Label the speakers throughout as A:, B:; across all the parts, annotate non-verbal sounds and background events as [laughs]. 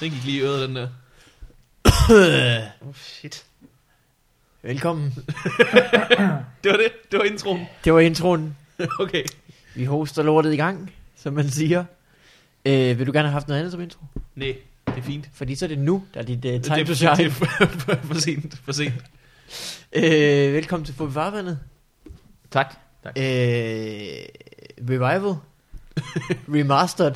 A: Den gik lige i øret, den der. Oh, shit.
B: Velkommen.
A: Det var det. Det var introen.
B: Det var introen.
A: [laughs] Okay.
B: Vi hoster lortet i gang, som man siger. Øh, vil du gerne have haft noget andet som intro?
A: Nej, det er fint.
B: Fordi så er det nu, der er dit uh, time
A: det,
B: to
A: er- det er
B: shine.
A: for- for- for sent. For sent.
B: Øh, velkommen til Fubi Farvandet.
A: Tak. tak.
B: Øh,
A: [laughs]
B: revival. Remastered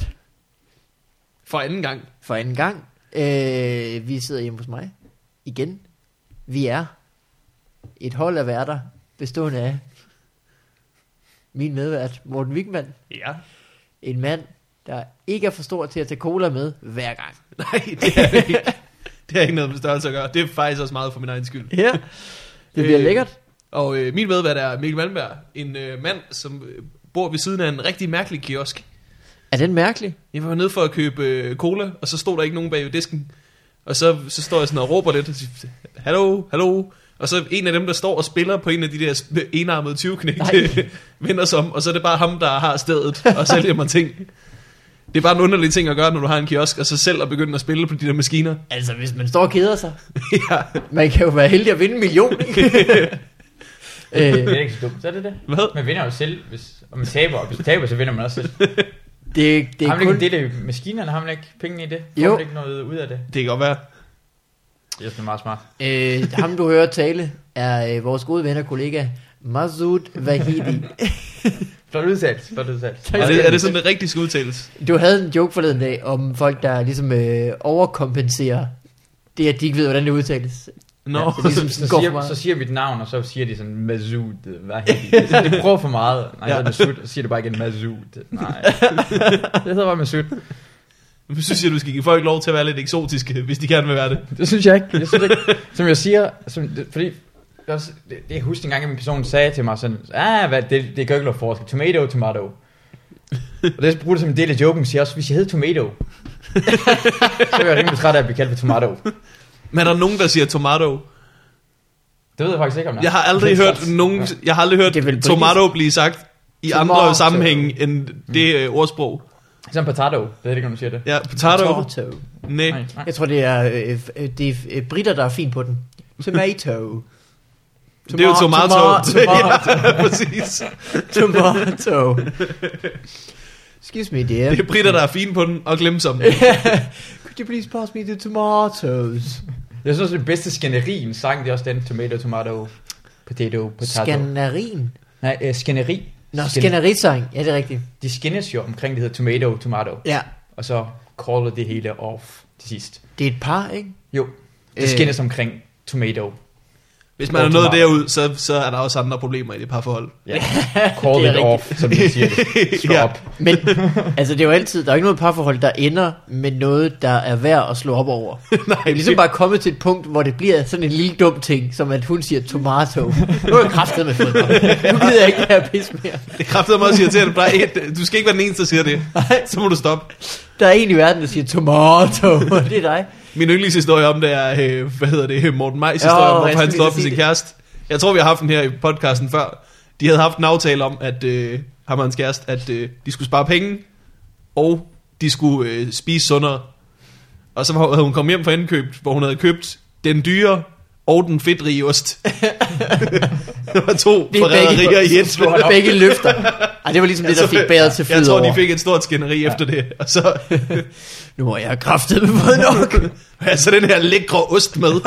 A: For anden gang.
B: for anden gang. Øh, vi sidder hjemme hos mig. Igen. Vi er et hold af værter, bestående af min medvært, Morten Wigman.
A: Ja.
B: En mand, der ikke er for stor til at tage cola med hver gang.
A: Nej, det [laughs] er det ikke. Det har ikke noget med størrelse at gøre. Det er faktisk også meget for min egen skyld.
B: Ja. Det bliver
A: Øh,
B: lækkert.
A: Og øh, min medvært er Mikkel Malmberg. En øh, mand, som øh, bor ved siden af en rigtig mærkelig kiosk.
B: Er den mærkelig?
A: Jeg var nede for at købe øh, cola, og så stod der ikke nogen bag ved disken. Og så, så står jeg sådan og råber lidt, og siger, hallo, hallo. Og så en af dem, der står og spiller på en af de der sp- enarmede 20 [laughs]
B: Nej.
A: vender som, og så er det bare ham, der har stedet og sælger mig ting. Det er bare en underlig ting at gøre, når du har en kiosk, og så selv at begynde at spille på de der maskiner. [laughs]
B: Altså, hvis man står og keder sig.
A: ja.
B: Man kan jo være heldig at vinde en [laughs] million, ikke?
C: Det
B: øh,
C: er ikke så dumt, så er det det.
A: Hvad?
C: Man vinder jo selv, hvis, og man taber, og hvis man taber, så vinder man også selv.
B: det, det
C: har
B: er
C: man kun...
B: kun...
C: ikke en del af maskinerne, har man ikke pengene i det? Får
B: Jo.
C: man ikke noget ud af det?
A: Det kan godt være.
C: Det er sådan meget smart.
B: Øh, ham, du hører tale, er øh, vores gode ven og kollega, Masoud Vahidi.
C: Flot udtalt, flot udtalt.
A: Er det, er det sådan det rigtige udtales?
B: Du havde en joke forleden dag om folk, der ligesom øh, overkompenserer det, at de ikke ved, hvordan det udtales.
A: Nå,
B: Ja,
A: ja,
B: fordi som-
A: [laughs] ligesom,
C: Så
B: Går for
C: siger,
B: meget.
C: så siger mit navn, og så siger de sådan, Mazud, hvad hedder det? De prøver for meget. Nej,
A: Ja.
C: så er det Mazud, og så siger det bare igen, Mazud.
B: [laughs]
C: Nej, det hedder bare Mazud.
A: nu synes jeg, du skal give folk lov til at være lidt eksotiske, hvis de gerne vil være det.
C: Det synes jeg ikke. Jeg synes ikke.
A: [laughs]
C: Som jeg siger, som, det, fordi det er også- det, det, jeg husker engang, at min person sagde til mig sådan, ah, hvad, det, det gør ikke noget forskel. Tomato, tomato. Og det bruger det som en del af joken, siger jeg også, hvis jeg hed tomato, [laughs] så er jeg rimelig træt af at blive kaldt for tomato.
A: Men er der nogen, der siger tomato?
C: Det ved jeg faktisk ikke, om
A: Jeg har
B: [laughs]
A: aldrig hørt nogen, jeg har aldrig hørt
B: Det er vel britisk.
A: tomato blive sagt i
B: Tomato. Mm.
A: andre sammenhæng end det øh, ordsprog.
C: Som potato, det ved jeg ikke, om du siger det.
A: Ja, potato.
B: Tomato.
A: Nej.
C: nej.
B: Jeg tror, det er, øh, øh, det er øh, britter, der er fin på den. Tomato.
A: Det er jo tomato.
B: Tomato.
A: [laughs] Ja, præcis.
B: Tomato. Excuse me, dear.
A: Det er britter, der er fine på den og glemsomme.
B: [laughs] Could you please pass me the tomatoes?
C: Jeg synes, det bedste skænderi i en sang, det er også den tomato, tomato, potato, potato.
B: Skanarin.
C: Nej, øh, skænderi.
B: Nå,
C: Skæn-
B: skanarisang. Ja, det er rigtigt.
C: De skændes jo omkring, det hedder tomato, tomato.
B: Ja,
C: Og så caller det hele off til sidst.
B: det er et par, ikke?
C: Jo,
B: Øh.
C: det skændes omkring tomato.
A: Hvis man er nået derud, så, så er der også andre problemer i det parforhold.
C: Ja. Call
B: Det er
C: it off, som de
B: [laughs]
C: siger det. Slå
A: Ja.
C: op.
B: Men, altså det er jo altid, der er jo ikke noget parforhold, der ender med noget, der er værd at slå op over. [laughs] Nej, det er ligesom bare kommet til et punkt, hvor det bliver sådan en lille dum ting, som at hun siger tomato. Nu er jeg kraftet med fodbold. Nu gider jeg ikke det her pis mere.
A: Det kræfter mig også irriterende. Der er et, du skal ikke være den eneste, der siger det. Så må du stoppe.
B: Der er en i verden, der siger tomato, og det er dig.
A: Min yndlingshistorie om det er, øh, hvad hedder det, Morten Majs historie,
B: Åh,
A: oh,
B: jeg
A: hvorfor han
B: skulle
A: står
B: lige
A: op med
B: sige
A: sin
B: det.
A: kæreste. Jeg tror, vi har haft den her i podcasten før. De havde haft en aftale om, at øh, ham og hans kæreste, at øh, de skulle spare penge, og de skulle øh, spise sundere. Og så havde hun kommet hjem fra indkøb, hvor hun havde købt den dyre og den fedtrige ost. [laughs] det var to
B: Det er
A: forræderier
B: begge-
A: i et.
C: Slå han op.
B: Begge løfter. Ej, det var ligesom det, der
A: Jeg tror-
B: fik bæret til
A: Jeg
B: flyd
A: tror, de
B: over.
A: fik et stort skænderi efter det. Og så
B: Nu må jeg have kraftet med fået nok.
A: [laughs] har jeg så den her lækre ost
B: [laughs]
A: med.
B: Det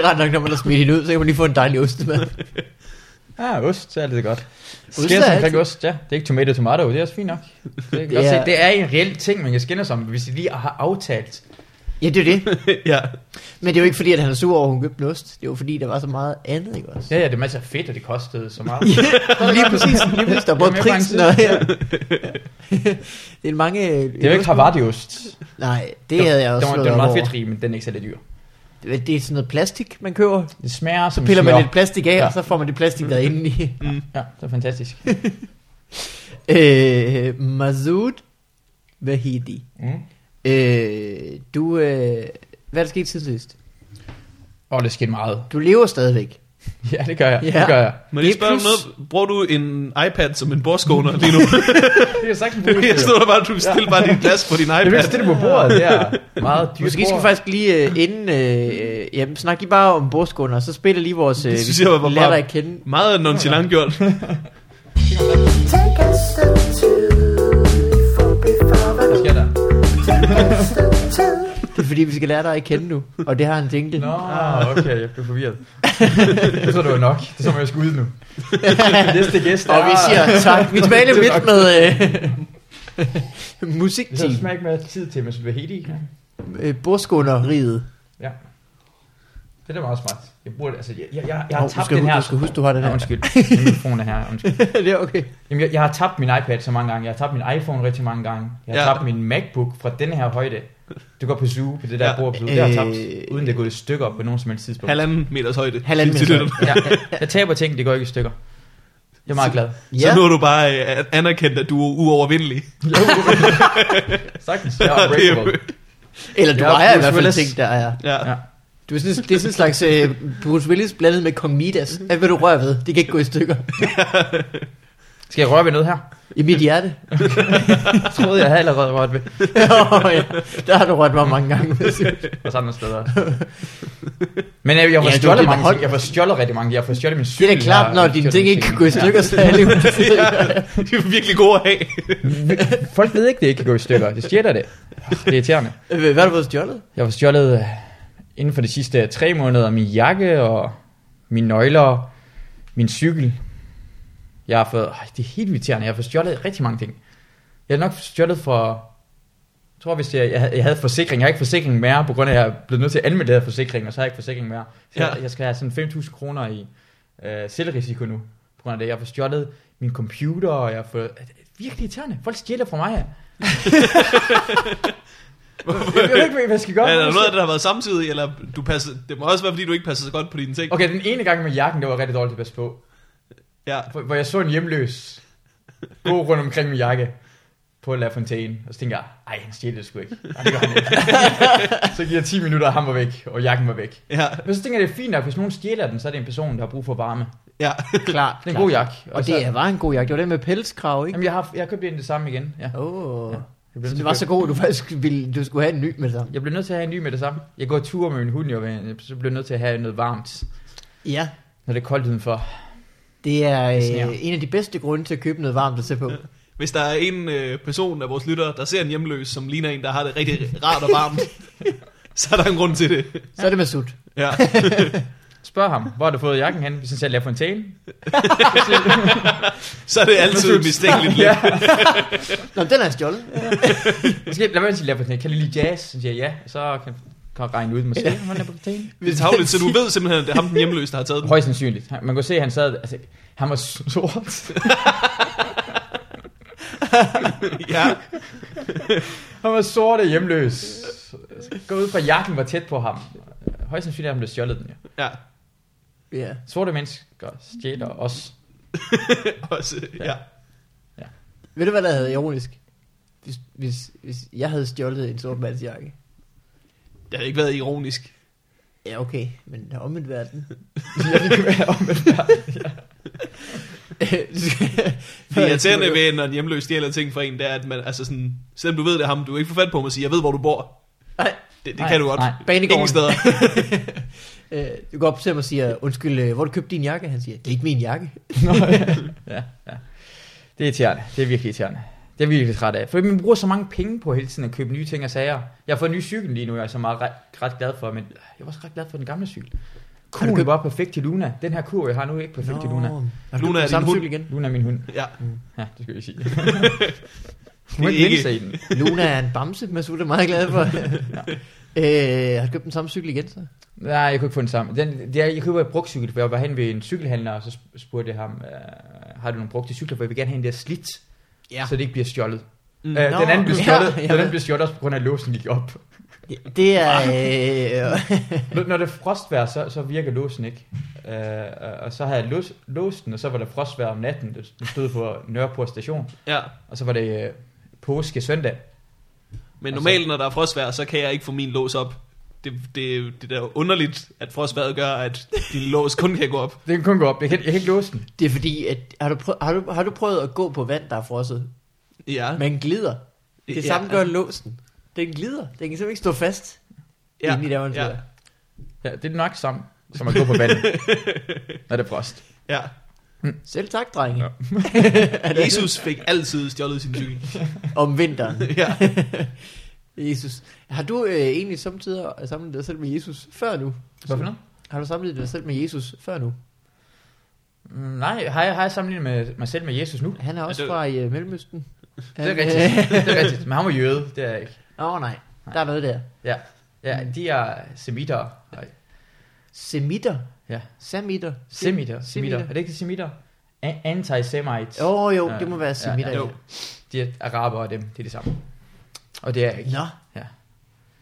B: er ret nok, når man har smidt hende ud, så kan man lige få en dejlig ost med.
C: Ah, ost, så er det godt.
B: er
C: Skændes omkring
B: altid-
C: ost, ja. Det er ikke tomato, tomato, det er også fint nok. Det,
B: [laughs]
C: kan
B: Det
C: godt se.
B: er-
C: det er en reel ting, man kan skændes om, hvis de lige har aftalt.
B: Ja, det er det.
A: ja.
B: Men det er jo ikke fordi, at han er sur over, at hun købte en ost. Det er jo fordi, der var så meget andet, ikke også?
C: Ja, ja, det er masser af fedt, og det kostede
B: [laughs]
C: så meget.
B: lige præcis, lige præcis, der er både
C: Jamen, jeg er
B: prisen
C: bare
B: og
C: en
B: her. det er mange...
C: Det er jo ikke Havarti-ost.
B: Nej, det havde jeg også
C: den, var,
B: slået
C: den var
B: op
C: meget
B: over.
C: fedtrig, men den er ikke særlig dyr.
B: Det er sådan noget plastik, man køber.
C: Det smager som
B: Piller
C: smør.
B: man lidt plastik af,
C: Ja.
B: og så får man det plastik, der er inde i.
C: Ja, det er fantastisk.
B: Øh, Masoud Vahidi.
C: Mm.
B: Øh, du... Øh, hvad er der sket siden sidst?
C: Og det skete meget. [laughs]
B: Du lever stadigvæk.
C: Ja, det gør jeg.
B: Ja.
C: Det gør jeg.
A: Men lige
B: Det er
A: spørge om
B: plus-
A: noget. Bruger du en iPad som en bordskåner lige nu?
C: [laughs] Det er sagt
B: [laughs]
A: jeg stod der bare, du stiller bare dit glas på din
C: Det er
A: iPad.
C: vist det på bordet, det er [laughs] meget dyrt
B: Måske skal vi
C: bord.
B: faktisk lige øh, inden... Øh, øh, jamen, snak lige bare om bordskunder, og så spiller lige vores... Øh,
A: Det synes jeg var bare-
B: lærer dig at kende.
A: Meget nonchalant gjort.
D: Take a step two for before
C: Hvad
D: the
C: sker
A: [laughs]
C: der?
D: step two.
B: Det er fordi, vi skal lære dig at kende nu, og det har han tænkt.
C: Nå, okay, jeg blev forvirret. Jeg tror, det var nok. Det er som, om, jeg skulle ud nu.
B: [laughs]
C: [laughs] Næste gæst
B: Og vi siger tak. Vi er [laughs] tilbage lidt
C: Det er
B: midt med øh,
C: Vi så
B: musikteam.
C: smag ikke mere tid til, hvis vi er helt i.
B: Øh, Bordskunderriget.
C: Ja. Det er da meget smart. Jeg burde, altså, jeg, jeg, jeg, jeg
B: Hov,
C: har
B: du
C: tabt
B: skal
C: den
B: hu-
C: her.
B: du skal huske, du har den [laughs]
C: Ja,
B: her.
C: undskyld. Min mikrofon er her. Undskyld.
B: det er okay.
C: Jamen, jeg, jeg har tabt min iPad så mange gange. Jeg har tabt min iPhone rigtig mange gange. Jeg har
A: Ja.
C: ja. tabt min MacBook fra den her højde. Du går på Zoo, på det der
A: Ja.
C: ja. bord. på Zoo. Det har jeg
B: Øh.
C: tabt, uden det er gået i stykker på nogen som helst tidspunkt.
A: Halvanden meters højde.
B: Halvanden
A: Til
B: meters
A: lytterne.
C: Ja, jeg, jeg taber ting, det går ikke i stykker. Jeg er meget glad.
A: Så
B: Ja,
A: nu har du bare øh, anerkendt, at du er uovervindelig. [laughs]
C: Sagtens, jeg er unbreakable.
B: eller du
C: Ja,
B: ejer i
C: Bruce
B: hvert fald
C: Willis.
B: ting, der er.
A: Ja.
C: Ja.
B: Du er sådan, det er sådan en slags øh, Bruce Willis blandet med Kong Midas. Alt hvad du rører ved, det kan ikke gå i stykker.
C: Skal jeg røre ved noget her?
B: I mit [laughs] hjerte.
C: Jeg troede,
B: [laughs]
C: jeg havde allerede rørt ved.
B: Åh, ja. Der har du rørt mig mange [laughs] gange.
C: Og andre steder. Men jeg, jeg får
B: Ja,
C: ja,
B: du-
C: stjålet
B: det-
C: mange
B: hold-
C: ting. Jeg får stjålet rigtig mange ting. Jeg får stjålet min cykel.
B: Det er da klart,
C: Jeg-
B: når
C: jeg
B: dine
C: stjålet
B: ting
C: min
B: ikke
C: ting.
B: kan gå i stykker, så er det jo
A: [laughs]
B: [laughs]
A: Det er virkelig gode at have.
C: Folk ved ikke, det ikke kan gå i stykker. Det stjæler det. Det er irriterende.
B: Hvad har du fået stjålet?
C: Jeg har stjålet øh, inden for de sidste tre måneder min jakke og mine nøgler, min cykel. Jeg har fået, øh, det er helt irriterende, jeg har fået stjålet rigtig mange ting. Jeg har nok stjålet for, jeg tror hvis jeg, jeg, havde- jeg havde forsikring, jeg har ikke forsikring mere, på grund af at jeg er blevet nødt til at anmelde det her forsikring, og så har jeg ikke forsikring mere. Så
A: Ja.
C: ja. jeg, jeg skal have sådan 5.000 kroner i øh, selvrisiko nu, på grund af det. Jeg har fået stjålet min computer, og jeg har fået, det er virkelig irriterende, folk stjæler fra mig. [laughs] Jeg ved ikke, hvad jeg skal gøre.
A: Er der noget af det, der har været samtidig, eller du passer, det må også være, fordi du ikke passer så godt på dine ting.
C: Okay, den ene gang med jakken, det var rigtig dårligt at passe på.
A: Ja.
C: Hvor, hvor jeg så en hjemløs gå rundt omkring min jakke på La Fontaine. Og så tænkte jeg, ej, han stjælte det sgu ikke. Ej, det gør han ikke. så gik jeg 10 minutter, og han var væk, og jakken var væk.
A: Ja,
C: Men så tænker jeg, det er fint nok, hvis nogen stjæler den, så er det en person, der har brug for varme. Det
A: ja.
B: Klart.
C: er en god jakke.
B: Og
C: så,
B: det er- var en god jakke. Det var den med pelskrav, ikke?
C: Jamen, jeg har, jeg har købt en det samme igen. Ja.
B: Åh.
C: Jeg,
B: Så
C: blev
B: det var så god, at du faktisk ville, du skulle have en ny med dig.
C: jeg blev nødt til at have en ny med det samme. Jeg går tur med min hund, og så blev jeg nødt til at have noget varmt,
B: Ja.
C: når det er koldt udenfor.
B: Det er
C: sner.
B: øh, en af de bedste grunde til at købe noget varmt at se på.
A: Hvis der er en øh, person af vores lyttere, der ser en hjemløs, som ligner en, der har det rigtig rart og
C: [laughs]
A: varmt, så er der en grund til det.
B: Så er det med sut.
A: Ja.
C: Spørg ham, hvor har du fået jakken hen? Hvis han siger La Fontaine.
A: Så er det altid mistænkeligt.
C: Ja.
B: Nå, men den er stjålet.
C: Måske lad mig sige, lad mig kan du lide jazz? Så siger jeg ja, så kan kan jeg regne ud med sig.
A: Det er tavligt, så du ved simpelthen, at det er ham den hjemløse, der har taget den.
C: [laughs] Højst sandsynligt. Han- Man kunne se, at han sad, altså, han var sort.
A: Ja.
C: Han var sort og hjemløs. Gå ud fra, at jakken var tæt på ham. Højst sandsynligt, at han blev stjålet den, ja.
A: ja.
B: Ja.
C: Sorte mennesker stjæler os. [laughs]
A: Også, ja.
B: Ved du, hvad der havde været ironisk? Hvis, hvis, hvis jeg havde stjålet en sort mands jakke.
A: Det har ikke været ironisk.
B: Ja, okay. Men der er omvendt [laughs] verden.
A: Det irriterende ved, når en hjemløs stjæler ting fra en, det er, at man, altså sådan, selvom du ved det er ham, du er ikke få fat på mig og sige, jeg ved, hvor du bor.
B: Nej.
A: Det, det
C: Nej,
A: kan du godt.
C: nej.
B: Banegården.
A: Ingen steder.
B: Øh, du går op til ham og siger, undskyld, øh, hvor har du købt din jakke? Han siger, det er ikke min jakke.
C: Nå, ja. [laughs] ja, ja. Det er irriterende. Det er virkelig irriterende. Det er jeg virkelig træt af. For man bruger så mange penge på hele tiden at købe nye ting og sager. Jeg har fået en ny cykel lige nu, jeg er så meget ret, ret glad for, men jeg var også ret glad for den gamle cykel.
B: du
C: Kurven
B: købt-
C: var perfekt til Luna. Den her kurv, jeg har nu, er ikke perfekt til Luna.
B: Har
A: Luna
B: du Luna
A: er
B: er
A: din
B: samme
A: hund.
B: cykel igen?
C: Luna er min hund. Mm.
A: Ja.
C: Ja, det skal jeg [laughs] sige. Hun er
A: ikke-
C: ikke i den.
B: Luna er en bamse, Masud er meget glad for. øh, har du købt den samme cykel igen så?
C: Nej, jeg kunne ikke få den sammen. Den, det er, jeg købte en brugt cykel, for jeg var hen ved en cykelhandler, og så sp- spurgte jeg ham, øh, har du nogle brugte cykler, for jeg vil gerne have en der slidt,
B: Ja.
C: så det ikke bliver stjålet.
A: Mm.
C: Mm. Øh,
B: Nå,
C: den anden blev
B: ja,
C: stjålet,
B: ja.
C: den anden blev stjålet også på grund af, at låsen gik op.
B: Det er... Øh,
C: Når når det er frostvejr, så, så virker låsen ikke. Øh, og så havde jeg lås, låsen, og så var der frostvejr om natten. Det stod på Nørreport station.
A: Ja.
C: Og så var det øh, påske søndag.
A: Men normalt, når der er frostvær, så kan jeg ikke få min lås op. det, det, det der underligt, at frostværet gør, at din lås kun kan gå op.
C: Det kan kun gå op. Jeg kan, jeg kan ikke låse den.
B: Det er fordi, at har du, prøvet, har, du, har du prøvet at gå på vand, der er frosset?
A: Ja.
B: Man glider. Det
A: Ja.
B: samme gør låsen. Den glider. Den kan simpelthen ikke stå fast. Ja. Inde i der, hvor den sidder.
C: Ja, det er nok samme, som at gå på vandet. Når det er frost.
A: [laughs] ja.
B: Selv tak, drenge. [laughs]
C: Ja.
A: ja. Jesus fik altid stjålet sin cykel.
B: Om vinteren.
A: ja.
B: [laughs] Jesus. Har du øh, egentlig samtidig sammenlignet dig selv med Jesus før nu?
C: Hvorfor
B: [laughs]
C: noget?
B: Har du sammenlignet dig selv med Jesus før nu?
C: Mm, Nej, har jeg, har jeg sammenlignet med mig selv med Jesus nu?
B: Han er også
A: det-
B: fra øh, Mellemøsten. øh,
C: Det er rigtigt. det er rigtigt. Men han var jøde, det er jeg ikke.
B: Åh oh, nej, der er noget der.
C: Ja, ja de er semitter. Nej.
B: Semitter.
C: Ja.
B: Samitter.
C: Semitter. Semitter. Er
B: Semitter.
C: det ikke semitter? A- Anti-semites.
B: Åh oh, jo,
C: Ja,
B: det må være
C: ja,
B: semitter.
C: ja.
B: Ja,
A: Jo.
C: De er araber og dem, det er det samme. Og det er jeg ikke.
B: Nå.
C: Ja.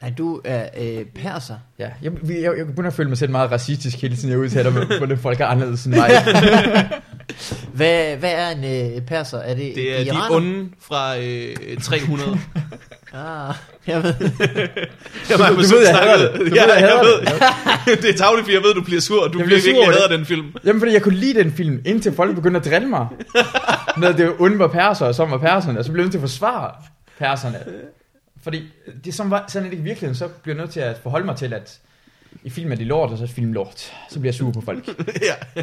B: Nej, du er øh, perser.
C: Ja, jeg, jeg, jeg, jeg begynder at føle mig selv meget racistisk hele tiden, jeg udtaler mig, hvordan folk er anderledes end mig.
B: Hvad, hvad er en øh, perser? Er det,
A: Det er de
B: iraner?
A: onde fra øh,
C: [laughs]
A: 300.
B: Ah, jeg ved.
A: Jeg var,
C: Du- du ved, jeg hader det. Du ved,
A: ja,
C: jeg
A: jeg,
C: hader
A: ved. det er tavligt, fordi jeg ved, du bliver sur, og du
C: Jeg
A: jeg
C: bliver
A: bliver
C: sur
A: virkelig
C: over det.
A: hader den
C: [laughs]
A: film.
C: Jamen, fordi jeg kunne lide den film, indtil folk begyndte at drille mig. Når det onde var perser, og som var perserne, og så blev jeg nødt til at forsvare perserne. Fordi det som var, sådan er det ikke i virkeligheden, så bliver jeg nødt til at forholde mig til, at i film er det lort, og så er film lort. Så bliver jeg sur på folk. Det
A: ja.
C: er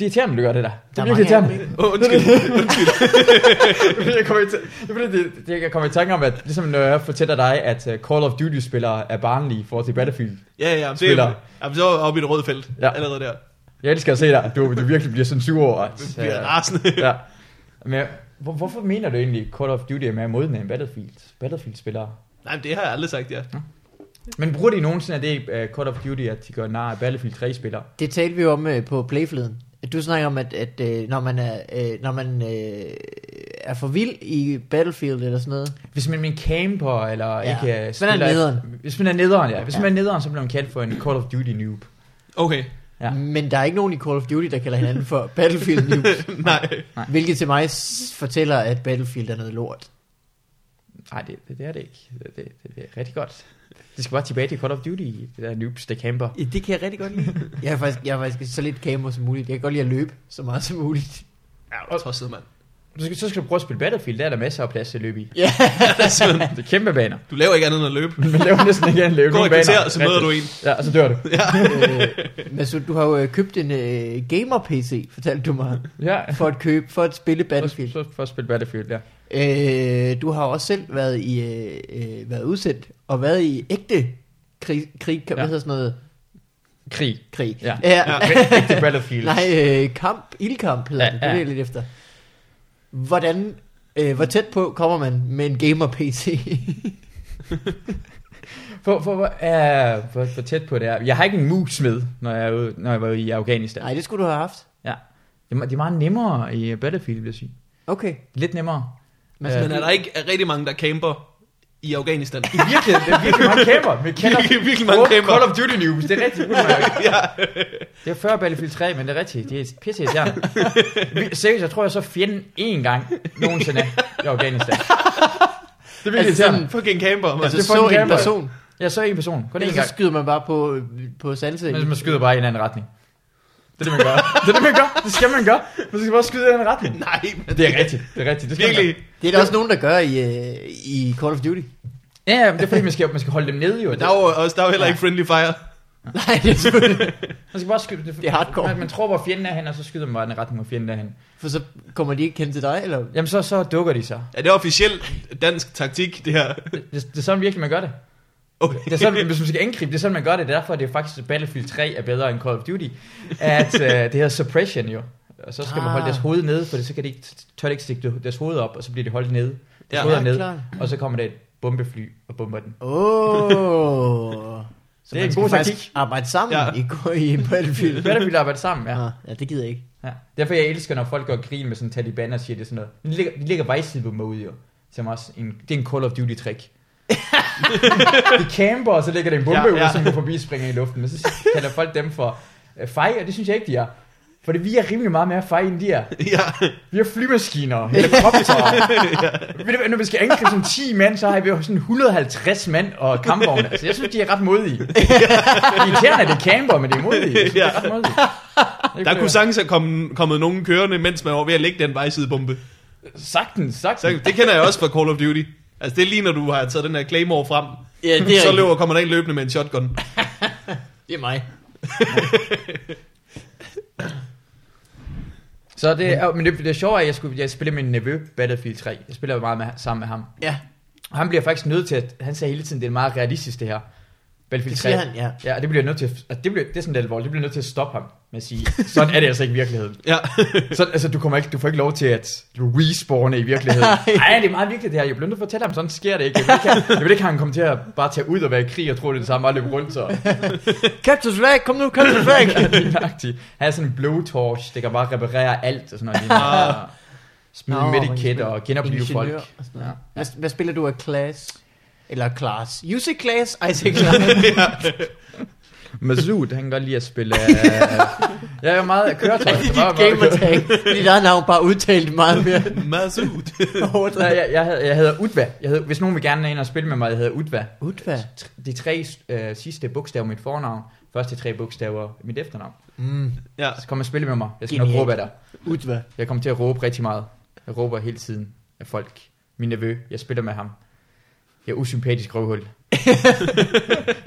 C: irriterende, du gør det der. Det
B: Der
C: er
B: er
C: virkelig
B: mange af dem,
C: irriterende.
A: Oh, [laughs] undskyld.
C: [laughs] jeg kommer i t- det, er det, det, jeg kommer i tanke om, at ligesom når jeg fortæller dig, at øh, Call of Duty-spillere er barnlige i forhold til Battlefield.
A: Ja, ja, det
C: Spiller.
A: er, jamen, så er jeg oppe i et rødt felt
C: Ja.
A: ja. allerede der.
C: Jeg elsker at se dig, at du, du virkelig bliver sådan sur over. At,
A: Det bliver
C: øh,
A: rasende.
C: [laughs] ja. Men jeg- hvor, hvorfor mener du egentlig, Call of Duty er mere modne end Battlefield? Battlefield-spillere.
A: [laughs] Nej, men det har jeg aldrig sagt, ja.
C: Men bruger de nogensinde af det uh, Call of Duty, at de gør nar af Battlefield 3-spillere?
B: Det talte vi jo om øh, på playfleden. Du snakker om, at, at øh, når man, er, øh, når man øh, er for vild i Battlefield eller sådan noget.
C: Hvis man er en camper, eller
B: Ja.
C: ja. ikke uh,
B: Hvis man er nederen.
C: Hvis man er nederen, ja. Hvis
B: Ja.
C: man er nederen, så bliver man kaldt for en Call of Duty noob.
A: Okay,
C: Ja.
B: Ja. Men der er ikke nogen i Call of Duty, der kalder hinanden for Battlefield
C: [laughs]
B: News.
A: [laughs] nej.
B: hvilket til mig s- fortæller, at Battlefield er noget lort.
C: Nej, det, det, det er det ikke. Det, det, det, det er rigtig godt. Det skal bare tilbage til Call of Duty, det der noobs, der camper.
B: Ja, det kan jeg rigtig godt lide. [laughs] jeg, er faktisk, jeg er faktisk så lidt gamer som muligt. Jeg kan godt lide at løbe så meget som muligt.
A: Ja, hvor tosset, mand.
C: Så skal, så skal du prøve at spille Battlefield, der er der masser af plads til at løbe
B: [laughs]
C: i.
B: Ja,
A: Det er simpelthen-
C: Det er kæmpe baner.
A: Du laver ikke andet end at løbe.
C: Man laver næsten ikke andet end at løbe
A: Gå
C: nogle
A: et kvarter, så møder du en.
C: Ja, og så
B: [laughs]
C: dør du.
B: øh, men så du har jo øh, købt en øh, gamer-PC, fortalte du mig,
C: Ja,
B: for at købe, for at spille
C: Battlefield.
B: Battlefield.
C: Så, så, for at spille Battlefield, ja.
B: Øh, du har også selv været i øh, øh, været udsendt og været i ægte krig, krig ja.
C: Ja.
B: hvad hedder sådan noget
C: Krig.
B: krig.
C: Ja.
B: ja.
A: Ja.
C: Ikke
B: [laughs]
C: Battlefield.
B: Nej, øh, kamp, ildkamp hedder
C: Ja,
B: ja, det, det er
C: ja.
B: jeg lidt efter. Hvordan, øh, hvor tæt på kommer man med en gamer-PC?
C: For, for, for, ja, for, for tæt på det er. Jeg har ikke en mus med, når jeg, er ude, når jeg var i Afghanistan.
B: Nej, det skulle du have haft.
C: Ja. Det er, me- det er meget nemmere i Battlefield, vil jeg sige.
B: Okay.
C: Lidt nemmere.
B: Men,
C: Ja.
A: Men er der ikke rigtig mange, der camper i
C: [laughs]
A: Afghanistan? [laughs]
C: I virkeligheden, det er virkelig mange kæmper. Vi kender
A: Virkelig- virkelig mange
C: Call-
A: kæmper.
C: Call of Duty news, det er rigtigt. [laughs] ja. Det er før Battlefield 3, men det er rigtigt. Det er pisse Vi- Seriøst, jeg tror, jeg så fjenden én gang nogensinde i Afghanistan. Det er virkelig
B: Altså
C: irriterende.
A: Fucking camper, mand.
B: altså,
C: det er
B: så
C: fucking
B: en
C: gamer.
B: person,
C: Jeg så én person, kun én
B: og så
C: gang.
B: skyder man bare på, øh, på salse.
C: Men man skyder bare i en anden retning. Det er det, man gør. det er det, man gør. Det skal man gøre. Man skal bare skyde i en anden retning.
A: Nej, men
C: Det er rigtigt. Det er rigtigt. Det skal man
A: virkelig.
C: gøre.
B: Det er der også nogen, der gør i, øh, i Call of Duty.
C: Ja, ja, men det er fordi, man skal, man skal holde dem nede jo.
A: Men der er jo også, der er jo heller ikke friendly fire.
B: [laughs] Nej, det er selvfølgelig-
C: Man skal bare skyde. Det,
B: Det er hardcore.
C: Man, man tror, hvor fjenden er hen, og så skyder man bare i den retning, hvor fjenden er hen.
B: For så kommer de ikke hen til dig, eller?
C: Jamen, så, så dukker de sig.
A: Er det officiel dansk taktik, det her?
C: Det, det, det er sådan virkelig, man gør det.
A: Okay.
C: Det er sådan, hvis man skal angribe, det er sådan, man gør det. Det er derfor, det er faktisk, at Battlefield 3 er bedre end Call of Duty. At øh, det hedder suppression jo. Og så skal ah. man holde
B: Ah.
C: deres hoved nede, for så kan de ikke, tør de ikke stikke deres hoved op, og så bliver de holdt nede. Deres
A: Ja.
C: hoveder
B: Ja,
C: nede,
B: klart.
C: og så kommer der et bombefly og bomber den.
B: Åh... Så
C: Det er
B: man
C: en
B: skal
C: god
B: faktisk
C: taktik.
B: Arbejde sammen
A: Ja.
B: ja. i, i Battlefield.
C: Battlefield arbejder sammen, [laughs] ja.
B: Ah, ja, det gider jeg ikke.
C: ja. Derfor jeg elsker, når folk gør grin med sådan Taliban og siger det sådan noget. De ligger, de ligger vejside på mode, jo. Som også en, det er en Call of Duty
A: [laughs]
C: trick. de camper, og så ligger der en bombe
A: Ja,
C: ja, ja.
A: ja.
C: ud, som går forbi og springer i luften. Men så kalder folk dem for øh, fej, og det synes jeg ikke, de er. For det virker rimelig meget mere fejl end de er.
A: [laughs] ja.
C: Vi har flymaskiner, helikopter. Ved du hvad, når vi skal angribe som 10 mand, så har vi jo sådan 150 mand og kampvogne. Altså, jeg synes, de er ret modige. De irriterende, at det er camper, men det er modige. Jeg synes, de er ret modige. Det
A: Der kunne
C: jeg-
A: sagtens have kommet, kommet nogen kørende, mens man var ved at lægge den vejsidebombe.
C: sagtens,
A: Så,
C: sagtens.
A: det kender jeg også fra Call of Duty. Altså det er lige når du har taget den her Claymore frem.
B: Ja, det er,
A: Så
B: [laughs] så
A: løber kommer der en løbende med en shotgun.
B: det er mig.
C: Så det er, men det, det er sjovt, at jeg, skulle, jeg spiller med min nevø Battlefield 3. Jeg spiller jo meget med, sammen med ham.
B: Ja,
C: Og han bliver faktisk nødt til at, han sagde hele tiden, det er meget realistisk det her. Battlefield
B: det
C: 3.
B: siger han, ja.
C: Ja, og det bliver jeg nødt til at, og det, bliver, det er sådan lidt alvorligt, det bliver jeg nødt til at stoppe ham med at sige, sådan er det altså ikke i virkeligheden.
A: Ja.
C: Så, altså, du, kommer ikke, du får ikke lov til at respawne i
B: [laughs]
C: virkeligheden. Nej, det er meget vigtigt det her. Jeg bliver nødt til at fortælle ham, sådan sker det ikke. Jeg vil ikke, have, jeg vil ikke have, han kommer til at bare tage ud og være i krig og tro, det er det samme, og [laughs] løbe rundt. Så.
B: Captain Flag, kom nu, Captain Flag.
C: Lige nøjagtigt. Han er sådan en blowtorch, det kan bare reparere alt og sådan noget.
A: Ah.
C: Ja. Smide
B: Nå,
C: medikit
B: man
C: og genopleve folk.
B: Ingeniør og sådan
C: Ja.
B: noget. [laughs] Hvad, hvad spiller du af class? Eller class? You say class, I say class.
C: Masoud, han kan godt lide at spille...
B: [laughs]
C: øh, jeg er meget køretøj.
B: Det er dit gamertag. Dit eget navn bare udtalt meget [laughs] mere
A: Masud.
C: Så jeg, jeg, havde, jeg hedder Utva. Jeg hedder, hvis nogen vil gerne ind og spille med mig, jeg hedder Utva.
B: Udvær.
C: De tre øh, sidste bogstaver er mit fornavn. Første tre bogstaver er mit efternavn.
B: Mm.
A: Ja.
C: Så kom og spille med mig. Jeg skal nok
B: Genialt.
C: råbe af dig.
B: Udvær.
C: Jeg kommer til at råbe rigtig meget. Jeg råber hele tiden af folk. Min nevø, jeg spiller med ham. Jeg er
B: [laughs]
C: usympatisk røvhul.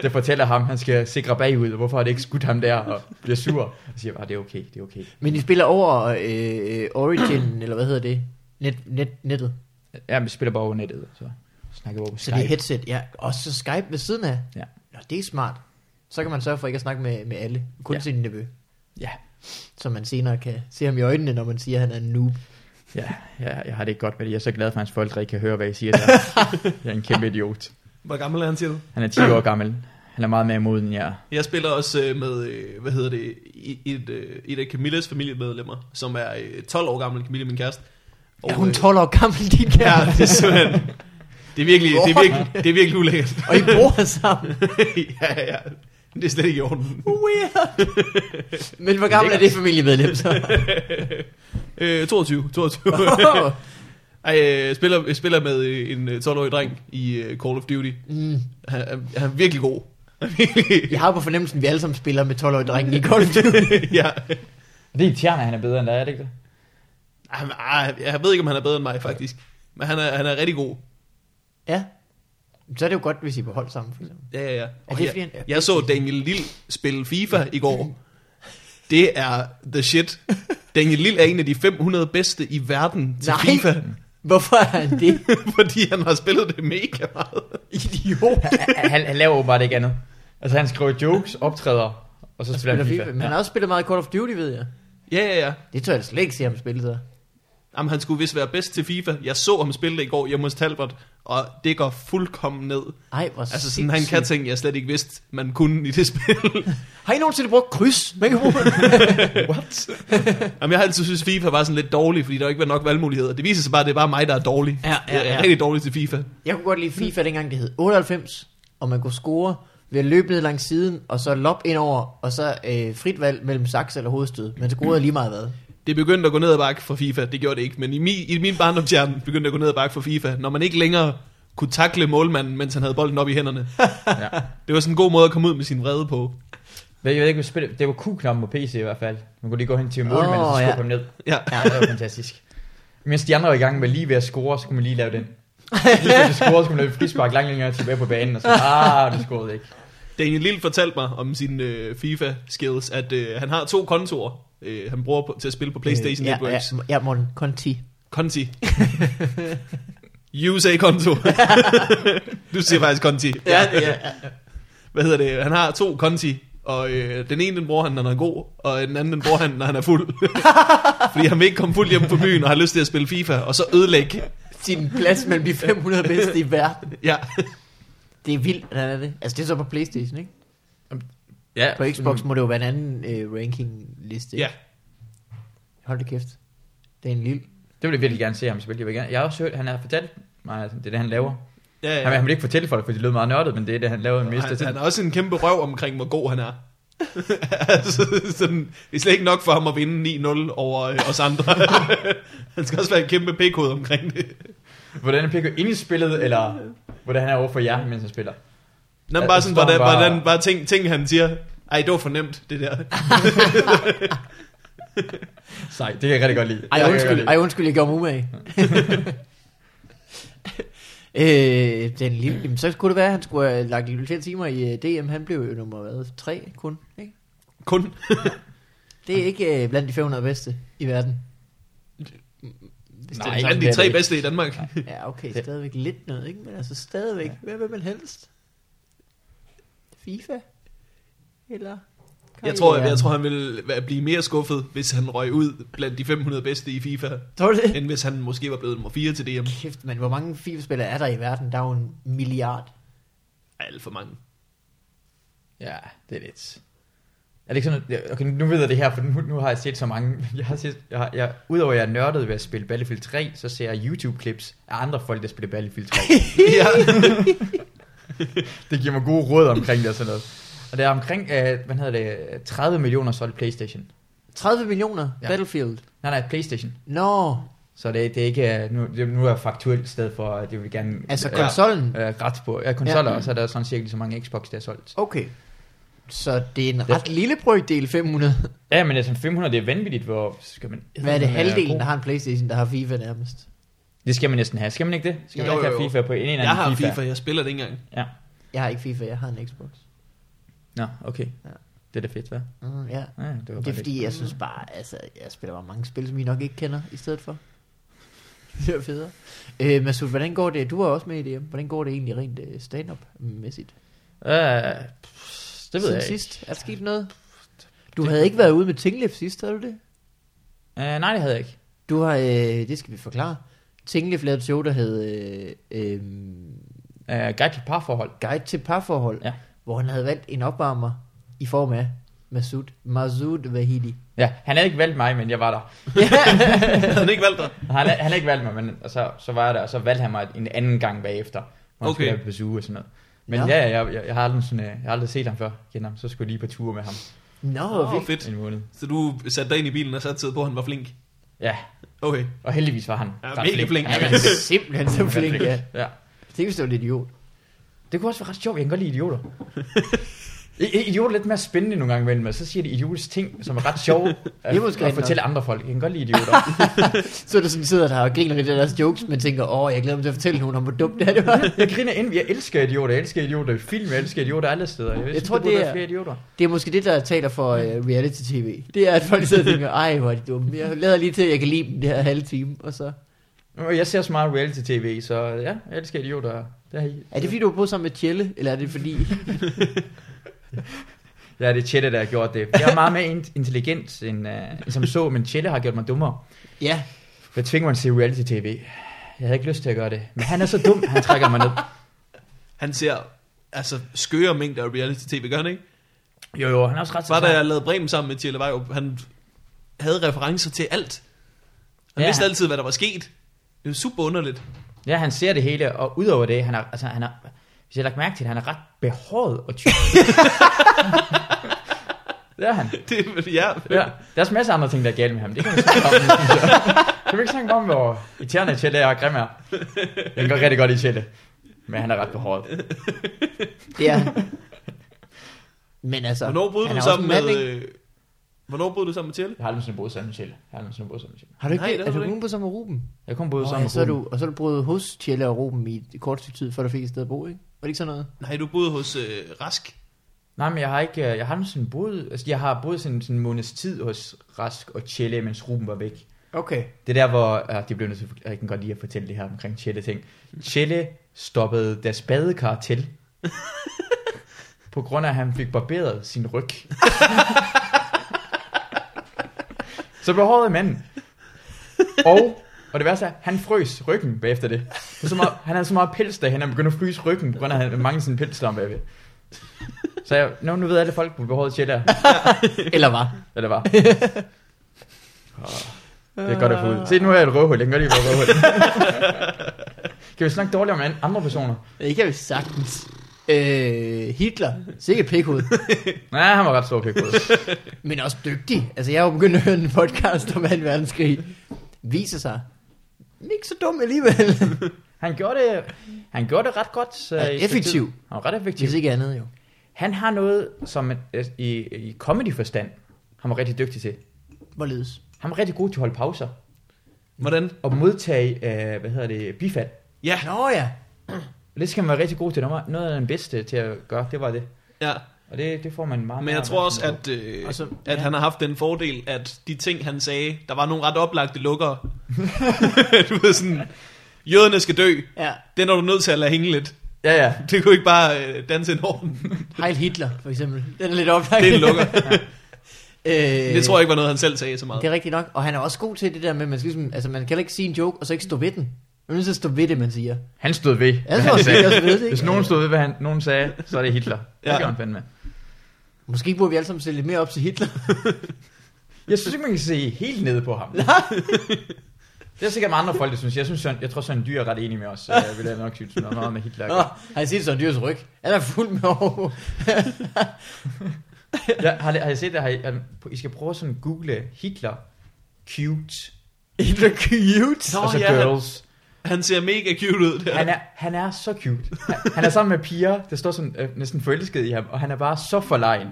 C: det fortæller ham, han skal sikre bagud, og hvorfor har det ikke skudt ham der, og bliver sur. Og siger bare, "Ah, det er okay, det er okay.
B: Men I spiller over øh, Origin, [clears throat] eller hvad hedder det? Net, net, nettet.
C: Ja, men vi spiller bare over nettet, så snakker vi over på
B: Så det er
C: Skype.
B: headset, ja. Og så Skype ved siden af.
C: Ja.
B: Nå, det er smart. Så kan man sørge for ikke at snakke med, med alle. Kun
C: Ja.
B: ja. sin nevø.
C: Ja,
B: Så man senere kan se ham i øjnene, når man siger, at han er en noob.
C: ja, ja, jeg har det ikke godt med det. Jeg er så glad for, at hans forældre ikke kan høre, hvad jeg siger
B: [laughs]
C: der. jeg er en kæmpe idiot.
A: Hvor gammel er han til?
C: Han er 10 år gammel. Han er meget mere moden end jeg. er.
A: Jeg spiller også øh, med, øh, hvad hedder det, i- et, øh, et af Camillas familiemedlemmer, som er øh, 12 år gammel, Camilla, min kæreste. Og,
B: Er hun
A: øh,
B: 12 år gammel, din kære?
A: Ja,
B: Ja.
A: det er simpelthen, det er virkelig, det er virkelig, det er virkelig ulækkert.
B: Og I bor sammen.
A: [laughs] ja, ja, Men det er slet ikke i
B: [laughs]
A: orden.
B: Weird. Men hvor gammel er det familiemedlem så?
A: Øh, 22, 22. [laughs]
B: [laughs]
A: Ej, øh, jeg spiller, jeg spiller med øh, en øh, 12-årig dreng i øh, Call of Duty.
B: Mm.
A: Han, er- han er virkelig god.
B: [laughs]
A: Han er virkelig-
B: Jeg har på fornemmelsen, at vi alle sammen spiller med 12-årige drenge i Call of Duty.
A: [laughs] ja.
C: Og det er irriterende, at han er bedre end dig, er det ikke det?
A: Ej, men, ej, jeg ved ikke, om han er bedre end mig, faktisk. Men han er, han er rigtig god.
B: [laughs] Ja. Så er det jo godt, hvis I er på hold sammen, for eksempel.
A: Ja, ja, ja.
B: Er
A: Og
B: det
A: jeg,
B: fordi, han-
A: jeg så Daniel Lille spille FIFA i
B: [laughs]
A: går. Det er the shit. Daniel Lille er en af de 500 bedste i verden til
B: Nej.
A: FIFA, [laughs]
B: Hvorfor er han det?
A: fordi han har spillet det mega meget.
B: Idiot.
C: han, han- han laver åbenbart ikke andet. Altså han skriver jokes, optræder, og så spiller
B: Spiller
C: han
B: FIFA.
C: FIFA.
B: Men han har også spillet meget Call of Duty, ved jeg.
A: Ja, ja, ja.
B: Det tror jeg da slet ikke se ham spille der.
A: Jamen, han skulle vist være bedst til FIFA. Jeg så ham spille det i går hjemme hos Talbot, og det går fuldkommen ned.
B: Ej, hvor
A: Altså sådan, han kan
B: sindssygt.
A: ting, jeg slet ikke vidste, man kunne i det [laughs] spil.
B: Har I nogensinde brugt kryds? Man kan bruge [laughs]
A: What? Jamen, jeg har altid synes FIFA var sådan lidt dårlig, fordi der ikke var nok valgmuligheder. Det viser sig bare, at det er bare mig, der er dårlig.
B: Ja, ja,
A: Jeg er
B: ja.
A: rigtig dårlig til FIFA.
B: Jeg kunne godt lide FIFA dengang, det hed 98, og man kunne score ved at løbe ned langs siden, og så lop ind over, og så øh, frit valg mellem saks eller hovedstød. Man scorede lige meget hvad.
A: Det begyndte at gå ned ad bakke for FIFA, det gjorde det ikke, men i min, i min barndomshjerne begyndte det at gå ned ad bakke for FIFA, når man ikke længere kunne takle målmanden, mens han havde bolden op i hænderne.
C: Ja.
A: [laughs] Det var sådan en god måde at komme ud med sin vrede på.
C: Jeg ved ikke, hvad spiller. Det var Q-knappen på PC i hvert fald. Man kunne lige gå hen til målmanden, oh, og
B: Åh,
C: så
B: ja.
C: skubbe ja. ham ned.
A: Ja,
C: Ja, det var fantastisk. Mens de andre var i gang med lige ved at score, så kunne man lige lave den. Lige ved at score, så kunne man lave frispark langt længere tilbage på banen, og så, ah, du scorede ikke.
A: Daniel Lille fortalte mig om sine øh, FIFA-skills, at øh, han har to kontorer, øh, han bruger på, til at spille på Playstation
B: Øh, ja,
A: Networks.
B: Ja, ja, Morten, Conti.
A: Conti. USA-konto. du siger faktisk Conti.
B: Ja, ja.
A: Hvad hedder det? Han har to Conti, og øh, den ene den bruger han, når han er god, og den anden den bruger han, når han er fuld. Fordi han vil ikke komme fuld hjem på byen og har lyst til at spille FIFA, og så ødelægge.
B: Sin plads mellem [laughs] de 500 bedste i verden.
A: Ja,
B: Det er vildt, hvordan er det? Altså, det er så på Playstation, ikke?
C: Ja,
B: På Xbox må det jo være en anden øh, rankingliste.
A: ja.
B: Hold da kæft. Det er en lille.
C: Det vil jeg virkelig gerne se ham spille. Jeg, vil gerne. jeg har også hørt, han har fortalt mig, at det er det, han laver.
A: ja, ja.
C: Han, vil- han vil ikke fortælle folk, for det lød meget nørdet, men det er det, han laver en meste
A: Han,
C: tid.
A: han er [laughs] også en kæmpe røv omkring, hvor god han er. altså, sådan, det er slet ikke nok for ham at vinde 9-0 over øh, os andre. han skal også være en kæmpe pikhoved omkring det.
C: Hvordan er Pico inde i spillet, eller hvordan han er over for jer, mens han spiller?
A: Nå, men
C: Ja,
A: bare
C: det
A: sådan,
C: står
A: hvordan,
C: bare-
A: hvordan, bare ting, ting, han siger. Ej, det var fornemt, det der. [laughs]
C: Sej, det kan jeg rigtig godt lide.
B: Ej,
C: Det kan jeg
B: undskyld,
C: rigtig godt
B: ej, undskyld, jeg gjorde mig umage. [laughs] øh, den lille, jamen, så kunne det være, at han skulle have lagt lidt flere timer i øh, DM. Han blev jo nummer hvad, 3 kun. Ikke?
A: Kun.
B: Det er ikke øh, blandt de 500 bedste i verden. Hvis det
C: Nej,
B: er
A: Han
B: sådan.
A: er
C: det er
A: de tre
C: det
A: bedste i Danmark.
B: Ja, okay, stadigvæk lidt noget, ikke? Men altså stadigvæk, hvad vil man helst? FIFA? Eller?
A: [laughs] Jeg tror, jeg,
B: karrieren?
A: jeg tror, han ville være- blive mere skuffet, hvis han røg ud blandt de 500 bedste i FIFA,
B: Tror du det?
A: end hvis han måske var blevet nummer 4 til DM.
B: Kæft, men hvor mange FIFA-spillere er der i verden? Der er jo en milliard.
A: Ej, Alt for mange.
C: lide. Ja, det er lidt... Er det ikke sådan, at- okay, nu ved jeg det her, for nu, nu har jeg set så mange. Jeg har set, jeg, har, jeg, udover at jeg er nørdet ved at spille Battlefield 3, så ser jeg YouTube-clips af andre folk, der spiller Battlefield [laughs] 3.
A: Ja.
C: det giver mig gode råd omkring det og sådan noget. Og der er omkring, øh, hvad hedder det, 30 millioner solgte Playstation.
B: 30 millioner
C: Ja.
B: ja. Battlefield.
C: Nej, nej, Playstation.
B: Nå,
C: Så det, det er ikke, øh, nu, det, nu er jeg faktuelt i stedet for, at jeg vil gerne
B: altså
C: øh,
B: konsollen.
C: øh, ret på. Ja, konsoller,
B: Ja.
C: ja. og så er der sådan cirka lige så mange Xbox, der er solgt.
B: Okay. Så det er en ret lille brøkdel, 500.
C: Ja, men altså 500, det er vanvittigt, hvor skal man...
B: Hvad er det,
C: man god.
B: halvdelen, der har en Playstation, der har FIFA nærmest?
C: Det skal man næsten have. Skal man ikke det? Skal man
A: Jo,
C: ikke
A: jo,
C: have
A: jo.
C: FIFA på en eller anden
A: Jeg har
C: FIFA?
A: FIFA, jeg spiller det ikke engang. [laughs]
C: Ja.
B: Jeg har ikke FIFA, jeg har en Xbox.
C: Nå, okay.
B: Ja.
C: Det er da fedt, hvad?
B: Mm, ja.
C: Ja, det var
B: Det er fordi, jeg synes bare, altså, jeg spiller bare mange spil, som I nok ikke kender i stedet for. [laughs] Det er federe. Øh, Masud, hvordan går det? Du var også med i DM. Hvordan går det egentlig rent øh, stand-up-mæssigt?
C: Øh, pff, det ved
B: Siden
C: jeg ikke.
B: sidst, er der sket noget? Du havde ikke været ude med Tinglef sidst, havde du det?
C: Øh, nej, det havde jeg ikke.
B: Du har, øh, det skal vi forklare. Tinglef lavede et show, der hed øh, øh,
C: Øh, guide til parforhold.
B: guide til parforhold,
C: Ja.
B: hvor han havde valgt en opvarmer i form af Masud, Masud Vahidi.
C: Ja, han havde ikke valgt mig, men jeg var
B: [laughs]
C: der.
A: Havde han ikke valgt dig?
C: Han, han havde ikke valgt mig, men og så, så var jeg der, og så valgte han mig en anden gang bagefter. Hvor han
A: Okay.
C: skulle lave besøg og sådan noget. Men
B: Nå.
C: ja, ja jeg, jeg, jeg, har aldrig sådan, øh, jeg har aldrig set ham før. Kender ham. Så skulle jeg lige på tur med ham
B: Nå,
A: Åh,
B: oh,
A: fedt.
C: en måned.
A: Så du satte dig ind i bilen og satte på, at han var flink.
C: Ja,
A: Okay.
C: og heldigvis var han.
A: Ja,
C: ret
A: mega flink.
C: Han var-
B: han er simpelthen så
C: han var
B: flink, ja.
C: ja.
B: Det hvis det var lidt idiot.
C: [laughs] Det kunne også være ret sjovt. Jeg kan godt lide idioter. I- I- idioter er lidt mere spændende nogle gange imellem, og så siger de idiotiske ting, som er ret
A: [laughs]
C: sjove at,
B: er måske
C: at
B: rigtig
C: fortælle andre folk. Jeg kan godt lide idioter.
B: Så er der sådan, sidder der og griner lidt af deres jokes, men tænker, åh, jeg glæder mig til at fortælle nogen om, hvor dumt det er, [laughs] det var.
C: Jeg griner ind. Jeg elsker idioter. Jeg elsker idioter i film. Jeg elsker idioter alle steder. Jeg, jeg tror, det er flere idioter.
B: Det er måske det, der taler for uh, reality-tv. Det er, at folk sidder og tænker, ej, hvor er de dumme. Jeg lader lige til, at jeg kan lide dem det her halve time, og så...
C: Og Jeg ser så meget reality-tv, så ja, jeg elsker idioter. Det er,
B: Er det fordi, du har boet sammen med Tjelle, eller er det fordi...
C: Ja, det er Chelle, der har gjort det. Jeg er meget mere int- intelligent end, uh, end som så, men Chelle har gjort mig dummere.
B: Ja,
C: Jeg tvinger mig til reality-tv. Jeg havde ikke lyst til at gøre det. Men han er så dum, han trækker mig ned.
A: Han ser altså skøre mængder af reality-tv, gør han ikke?
C: Jo, jo, han er også ret
A: Var
C: smart.
A: da jeg lavede Bremen sammen med Tjelle Vejrup, han havde referencer til alt. Han
C: Ja,
A: ja. vidste
C: han-
A: altid, hvad der var sket. Det var super underligt. [laughs]
C: Ja, han ser det hele, og udover det, han er, altså, han er, hvis jeg har lagt mærke til det, han er ret behåret og tyk. det er han.
A: Det, ja,
C: Ja. Der er også masser af andre ting, der er galt med ham. Det kan vi ikke
B: [laughs]
C: snakke om. synes jeg. Kan vi ikke snakke om, hvor irriterende Tjelle er og grim er? Jeg kan godt rigtig godt i Tjelle. Men han er ret behåret.
B: det er... Men altså...
A: Hvornår boede
B: han
A: du
B: er også
A: sammen
B: en mand,
A: med...
B: ikke?
A: Øh, hvornår boede du sammen med Tjelle?
C: Jeg har aldrig nogensinde boet sammen med Tjelle. Jeg har aldrig nogensinde boet sammen med Tjelle.
B: Har du ikke,
A: Nej, det
B: Nej,
A: har
B: er
A: du
B: du
A: ikke.
B: kun på sammen med Ruben?
C: Jeg kom boet
B: Nå,
C: sammen
B: ja,
C: med
B: så er
C: Ruben.
B: du, og så er du boet hos Tjelle og Ruben i et kort stykke tid, før du fik et sted at bo, ikke? Var det ikke sådan noget?
A: Nej, du boede hos øh, Rask.
C: Nej, men jeg har ikke, øh, jeg har aldrig sådan boet, altså jeg har boet sådan, sådan en måneds tid hos Rask og Tjelle, mens Ruben var væk.
B: Okay.
C: Det er der, hvor... Øh, det blev nødt til, at- jeg kan godt lide at fortælle det her omkring Chelle-ting. Chelle stoppede deres badekar til. på grund af, at han fik barberet sin ryg. så blev håret af manden. Og, og det værste er, han frøs ryggen bagefter det. det er så meget, han havde så meget pels derhen, han begyndte at fryse ryggen, på grund af, at han manglede sin pels derom bagved. Så jeg, nu, nu ved alle folk, hvor behåret Chelle er.
B: Eller hvad?
C: Eller var. Det er godt at få ud. Se, nu er jeg et røvhul. Jeg kan godt lide at være
B: [laughs]
C: et røvhul. kan vi snakke dårligt om an- andre personer?
B: Det kan vi sagtens. Øh, Hitler, sikkert
A: [laughs]
B: pikhoved,
C: Nej, han var ret stor pik på det.
B: men også dygtig. Altså, jeg har jo begyndt at høre en podcast om 2. verdenskrig. Viser sig, ikke så dum
A: [laughs]
B: alligevel.
C: Han gjorde det, han gjorde det ret godt. Så
B: Ja,
C: i et stykke
B: effektiv.
C: tid. Han var ret effektiv.
B: Hvis ikke andet jo.
C: Han har noget, som øh, i, i comedy-forstand, han var rigtig dygtig til.
B: Hvorledes?
C: Han var rigtig god til at holde pauser
A: Hvordan?
C: og modtage, øh, hvad hedder det, bifald.
A: Ja,
B: Nå ja.
C: Og det skal man være rigtig god til. Det var Noget af den bedste til at gøre, det var det.
A: ja.
C: Og det, det får man meget
A: Men jeg
C: mere
A: tror også,
C: opmærksomhed
A: at, øh,
B: Og så-
A: at han har haft den fordel, at de ting, han sagde, der var nogle ret oplagte
B: [laughs]
A: lukkere. [laughs] du ved sådan, jøderne skal dø.
B: Ja.
A: Den er du nødt til at lade hænge lidt.
C: på. Ja, ja.
A: Det kunne ikke bare øh, danse en orden.
B: Heil Hitler, for eksempel. Den er lidt oplagt.
A: Det er en
B: [laughs]
A: lukker.
B: øh,
A: Det tror jeg ikke var noget, han selv sagde så meget.
B: Det er rigtigt nok. Og han er også god til det der med, at man, skal ligesom, altså, man kan heller ikke sige en joke, og så ikke stå ved den. Man er nødt til at stå ved det, man siger.
C: Han stod ved, hvad
B: tror
C: han
B: også,
C: sagde.
B: jeg også ved det, ikke?
C: Hvis nogen stod ved, hvad han, nogen sagde, så er det Hitler. Det
A: Ja.
C: ja. gør han fandme.
B: Måske burde vi alle sammen sætte lidt mere op til Hitler.
C: Jeg synes ikke, man kan se helt nede på ham. det er sikkert mange andre folk, [laughs] der synes. Jeg, synes, Søren, jeg tror, Søren Dyr er ret enig med os. Så jeg vil nok synes, noget meget med Hitler. at
B: Nå,
C: gøre.
B: har I set sådan dyrs ryg? Han er fuld med over.
C: Ja, har, har jeg set det? Har I, har, I skal prøve at sådan google Hitler cute.
B: [laughs] Hitler cute.
A: Nå,
C: og så
A: ja, han-
C: girls.
A: Han ser mega cute ud der.
C: Han er, han er så cute. Han, han er sammen med piger, der står sådan, øh, næsten forelsket i ham, og han er bare så forlegen.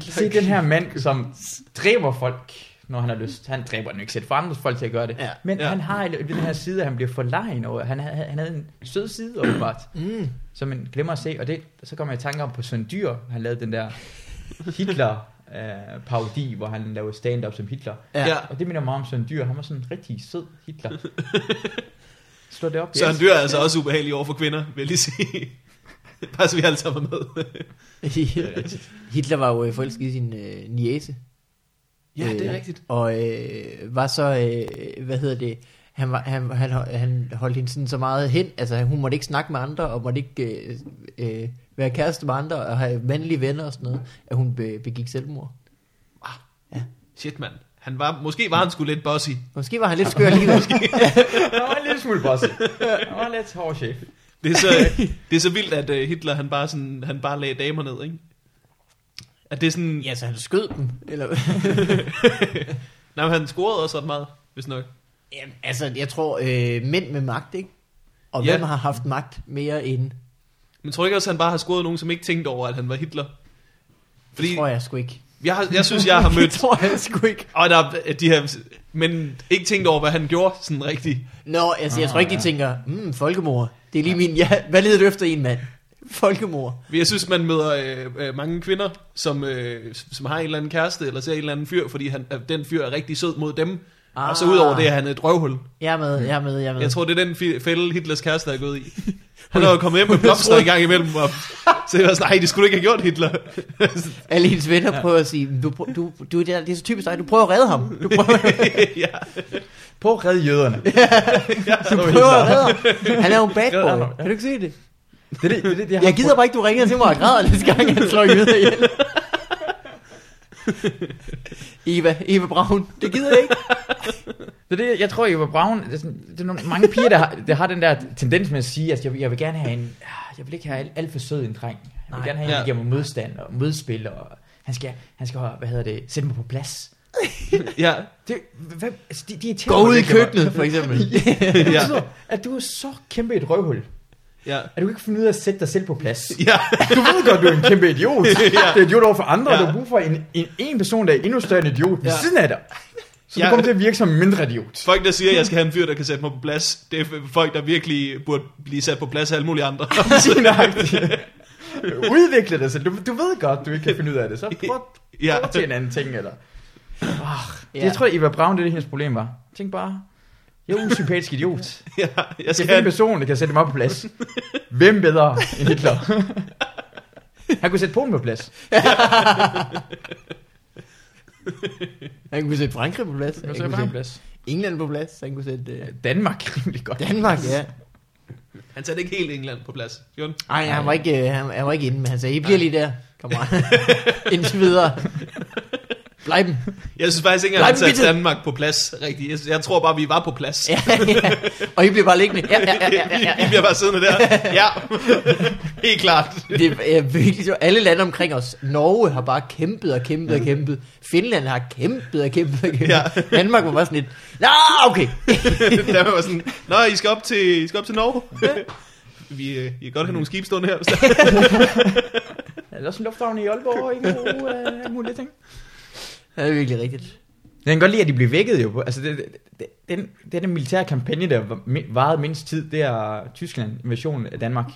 C: Se den her mand, som dræber folk, når han har lyst. Han dræber den jo ikke selv for andre folk til at gøre det.
B: Ja.
C: Men
A: Ja.
C: han har i- i den her side, at han bliver forlegen over. Han, havde- han havde en sød side, åbenbart, mm. som man glemmer at se. Og det, så kommer jeg i tanke om på Søren Dyr. Han lavede den der Hitler øh, parodi, hvor han lavede stand-up som Hitler.
B: Ja.
A: Ja.
B: ja.
C: Og det minder mig om Søren Dyr. Han var sådan en rigtig sød Hitler. Slå det op.
A: Så han
C: yes.
A: dyr er altså også ubehagelig over for kvinder, vil jeg lige sige. bare så vi alle sammen er med.
B: Hitler var jo øh, forelsket i sin øh, niese.
A: Ja, det er
B: Øh,
A: rigtigt.
B: Og øh, var så, øh, hvad hedder det, han, var, han, han, han holdt hende sådan så meget hen, altså hun måtte ikke snakke med andre, og måtte ikke øh, øh, være kæreste med andre, og have mandlige venner og sådan noget, at hun be, begik selvmord.
A: Shit, mand. Han var, måske var han sgu lidt bossy.
B: Måske var han lidt [laughs] skør alligevel.
C: Han var en lille smule bossy. Han var lidt hård chef.
A: Det er så,
B: [laughs]
A: det er så vildt, at øh, Hitler han bare, sådan, han bare lagde damer ned, ikke? At det er sådan... [laughs]
B: ja, så han skød dem. Eller,
A: Nej, men han scorede også ret meget, hvis nok.
B: Jamen, altså, jeg tror, øh, mænd med magt, ikke? Og
A: Ja.
B: ja. hvem har haft magt mere end,
A: Men tror du ikke også, at han bare har scoret nogen, som ikke tænkte over, at han var Hitler? Fordi
B: det tror jeg sgu ikke.
A: jeg, har, jeg synes, jeg
B: [laughs]
A: har
B: det
A: mødt...
B: tror jeg sgu ikke.
A: Og der er de her... Men ikke tænkt over, hvad han gjorde sådan rigtigt.
B: Nå, altså, jeg
C: Ah,
B: tror ikke, de
C: ja.
B: tænker, mm, folkemord, det er lige min, ja, hvad leder du efter i en mand? Folkemord.
A: Men Jeg synes, man møder øh, øh, mange kvinder, som, øh, som har en eller anden kæreste, eller ser en eller anden fyr, fordi han, øh, den fyr er rigtig sød mod dem. Ah. Og så udover det, er han et røvhul.
B: Jeg er med, jeg er med, jeg er med.
A: Jeg tror, det er den fi- fælde, Hitlers kæreste er gået i. Han er jo kommet hjem med blomster en gang imellem, og så er jeg sådan, nej, det skulle du ikke have gjort, Hitler.
B: Alle hendes venner prøver at sige, du, prø- du, du, det, er, det er så typisk dig, du prøver at redde ham. Du prøver,
A: ja,
C: På at redde jøderne.
B: du prøver at redde ham. Han er jo
A: [laughs]
B: en bad boy. Kan du ikke se det?
C: Det, er det, det, er det, det,
B: Jeg gider bare ikke, du ringer til mig og græder næste gang, han slår jøder [laughs] ihjel. Eva, Eva Braun, det gider jeg ikke.
C: Det er det, jeg tror, Eva Braun, det er, sådan, det er nogle, mange piger, der har, der har den der tendens med at sige, at jeg, vil- jeg vil gerne have en, ah, jeg vil ikke have alt, alt for sød en dreng. Jeg vil
B: Nej.
C: gerne have en,
A: Ja.
C: der giver mig modstand og modspil, og han skal, han skal hvad hedder det, sætte mig på plads.
A: ja,
C: Det, hvad, altså, de, de er
B: Gå ud i køkkenet, for eksempel.
C: Ja.
A: Ja.
C: At du er så kæmpe et røvhul,
A: ja.
C: at du ikke kan finde ud af at sætte dig selv på plads.
A: [laughs] Ja,
C: Du ved godt, du er en
A: [laughs]
C: kæmpe idiot. Det er idiot over for andre,
A: Ja.
C: og du har brug for en, en, en person, der er endnu større end idiot ved
A: Ja.
C: siden af dig. Så du
A: Ja.
C: kommer til at virke som en mindre
A: [laughs]
C: idiot.
A: folk der siger, at jeg skal have en fyr, der kan sætte mig på plads, det er f- folk, der virkelig burde blive sat på plads af alle mulige andre. [laughs]
C: [laughs] Udvikle dig selv. Du, du ved godt, du ikke kan finde ud af det. Så prøv,
A: [laughs] Ja.
C: ja. prøv til en anden ting. Eller. Ja.
B: Ja.
C: Jeg tror, Eva Braun, det er det, hendes problem var. Tænk bare, jeg er en usympatisk idiot.
A: [laughs] ja, jeg
C: Jeg
A: skal
C: skal finde
A: have
C: en
A: en...
C: person, der kan sætte mig på plads. Hvem bedre end Hitler?
A: [laughs]
C: Han kunne sætte Polen på
B: [laughs]
C: plads.
B: Han kunne sætte Frankrig på plads.
C: Han
B: Han
C: kunne
B: kunne
C: sætte mig på
B: sætte
C: plads.
B: England på plads. Han kunne sætte øh,
C: Danmark rimelig godt.
B: Danmark, ja.
A: Han satte ikke helt England på plads. Gjorde han?
B: Ej, han var ikke, øh, han, han var ikke inde, men han sagde, I bliver lige der, kammerat. Indtil videre. Bleib dem.
A: Jeg synes faktisk ikke, at
B: Nej,
A: han
B: men
A: satte
B: bitte-
A: Danmark på plads rigtigt. Jeg, jeg tror bare, vi var på plads.
B: Ja, ja. Og I bliver bare liggende. Ja, ja, ja, ja, ja.
A: [laughs] Vi bliver bare siddende der.
B: [laughs]
A: Ja, helt klart.
B: Det er virkelig sjovt. Alle lande omkring os. Norge har bare kæmpet og kæmpet og kæmpet. Finland har kæmpet og kæmpet og kæmpet.
A: Ja. [laughs]
B: Ja. Danmark var bare sådan et, Nå, okay.
A: der var sådan, Nå, I skal op til, I skal op til Norge. [laughs] Vi, øh, I kan godt have
B: Mm.
A: nogle skib stående her. hvis
B: [laughs]
A: der-
C: Er der også en lufthavn i Aalborg, ikke? Og, [laughs] øh, mulige ting.
B: Det er virkelig rigtigt.
C: Jeg kan godt lide, at de blev vækket jo. Altså, det, det, det, den, det er den militære kampagne, der var- mi- varede mindst tid, det er Tyskland, invasionen af Danmark.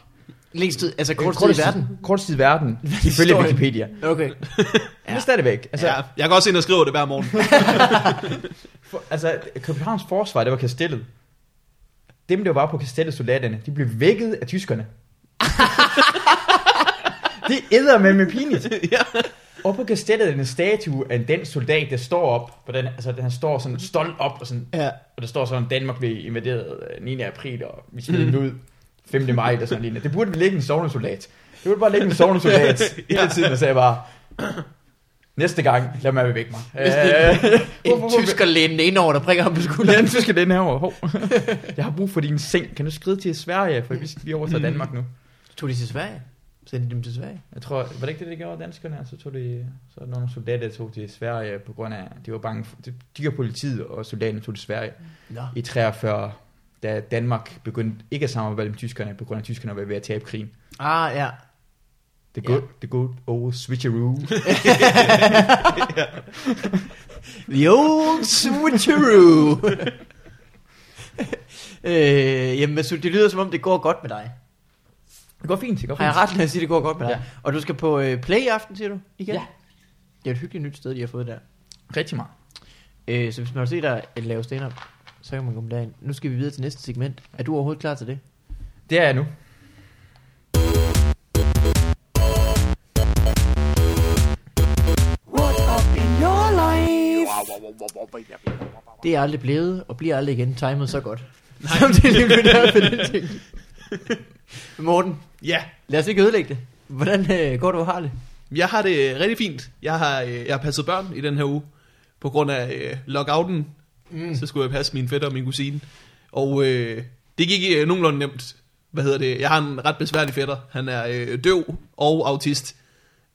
B: Længst tid, altså kort tid i verden.
C: Kort tid i
B: [laughs]
C: verden, ifølge
B: Historien.
C: Wikipedia.
B: Okay.
C: Men det er stadigvæk. Altså,
A: Ja, jeg går også ind og skriver det hver morgen.
C: for, altså, Københavns forsvar, det var kastellet. Dem, der var på kastellet, soldaterne, de blev vækket af tyskerne. det æder med med pinligt.
A: ja.
C: Og på kastellet er der en statue af den soldat, der står op. På den, altså, den- han står sådan stolt op, og, sådan,
B: Ja.
C: og der står sådan, Danmark blev invaderet øh, 9. april, og vi smed den ud 5. maj, eller sådan lignende. Det burde ligge en sovende soldat. Det burde bare ligge en sovende soldat hele tiden, og sagde bare, næste gang, lad mig væk mig. Øh,
B: [laughs] En
C: hvorfor-
B: tysker lænende indover, der prikker ham på
C: Hvordan
B: skulderen.
C: du skal den her over? Hov. [laughs] Jeg har brug for din seng. Kan du skride til Sverige? For vi- vi overtager
B: Mm.
C: Danmark nu.
B: Tog de til Sverige? Sendte de dem til Sverige?
C: Jeg tror, var det ikke det, det gjorde danskerne? Så tog de, så var der nogle soldater, der tog til Sverige på grund af, de var bange for, de, de og politiet, og soldaterne tog til Sverige
B: Nå.
C: i 43, da Danmark begyndte ikke at samarbejde med tyskerne, på grund af, at tyskerne var ved at tabe krigen.
B: Ah, [laughs] ja.
C: The good, the good old switcheroo.
B: The old switcheroo. [laughs] øh, jamen, Masoud, det lyder som om, det går godt med dig.
C: Det går fint, det går fint.
B: Har jeg ret, når jeg siger, det går godt med dig?
C: Ja.
B: Ja. Og du skal på øh, play i aften, siger du? Igen?
C: Ja.
B: Det er et hyggeligt nyt sted, de har fået der.
C: Rigtig meget.
B: Øh, så hvis man vil se dig øh, lave stand så kan man komme derind. Nu skal vi videre til næste segment. Er du overhovedet klar til det?
C: Det
B: [laughs]
C: er jeg nu.
D: What up in your life?
B: Det er aldrig blevet, og bliver aldrig igen timet så godt. Nej. Som det lige blev der for den ting. Morten,
A: ja,
B: lad os ikke ødelægge det. Hvordan øh, går du og har det?
A: jeg har det øh, rigtig fint. Jeg har, øh, jeg har passet børn i den her uge. På grund af øh, lockouten, mm. så skulle jeg passe min fætter og min kusine. Og øh, det gik øh, nogenlunde nemt. Hvad hedder det? Jeg har en ret besværlig fætter. Han er øh, døv og autist.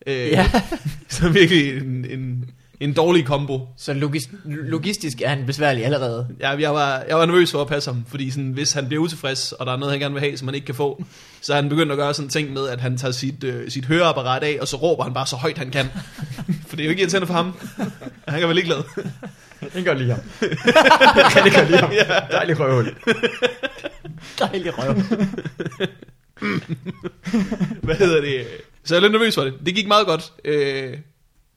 A: Øh,
B: Ja.
A: [laughs] Så virkelig en, en, en dårlig kombo.
B: Så logis- logistisk er han besværlig allerede.
A: Ja, jeg var, jeg var nervøs for at passe ham, fordi sådan, hvis han bliver utilfreds, og der er noget, han gerne vil have, som han ikke kan få, så er han begyndt at gøre sådan en ting med, at han tager sit, øh, sit høreapparat af, og så råber han bare så højt, han kan. [laughs] For det er jo ikke irriterende for ham. Han kan være ligeglad.
C: Jeg kan godt lide [laughs] ham. jeg kan godt
B: [laughs]
C: lide ham. Dejlig røvhul.
B: Dejlig røv.
A: Hvad hedder det? Så jeg er lidt nervøs for det. Det gik meget godt. Øh,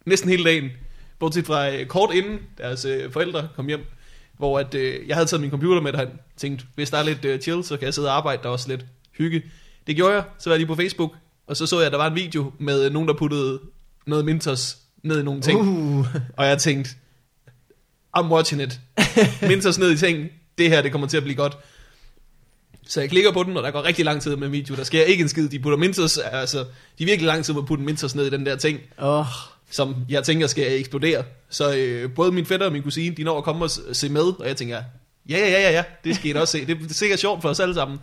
A: næsten hele dagen. Bortset fra øh, kort inden deres øh, forældre kom hjem, hvor at, øh, jeg havde taget min computer med derhen. Tænkte, hvis der er lidt øh, chill, så kan jeg sidde og arbejde der også lidt hygge. Det gjorde jeg. Så var jeg lige på Facebook, og så så jeg, at der var en video med øh, nogen, der puttede noget Mintos ned i nogle ting.
B: Uh.
A: Og jeg tænkte, I'm watching it. Minds os ned i ting. Det her, det kommer til at blive godt. Så jeg klikker på den, og der går rigtig lang tid med video. Der sker ikke en skid. De putter Mintos, altså, de er virkelig lang tid med at putte Mintos ned i den der ting,
B: Oh.
A: som jeg tænker skal eksplodere. Så øh, både min fætter og min kusine, de når at komme og s- se med, og jeg tænker, ja, ja, ja, ja, ja, det skal I da også se. Det er sikkert sjovt for os alle sammen.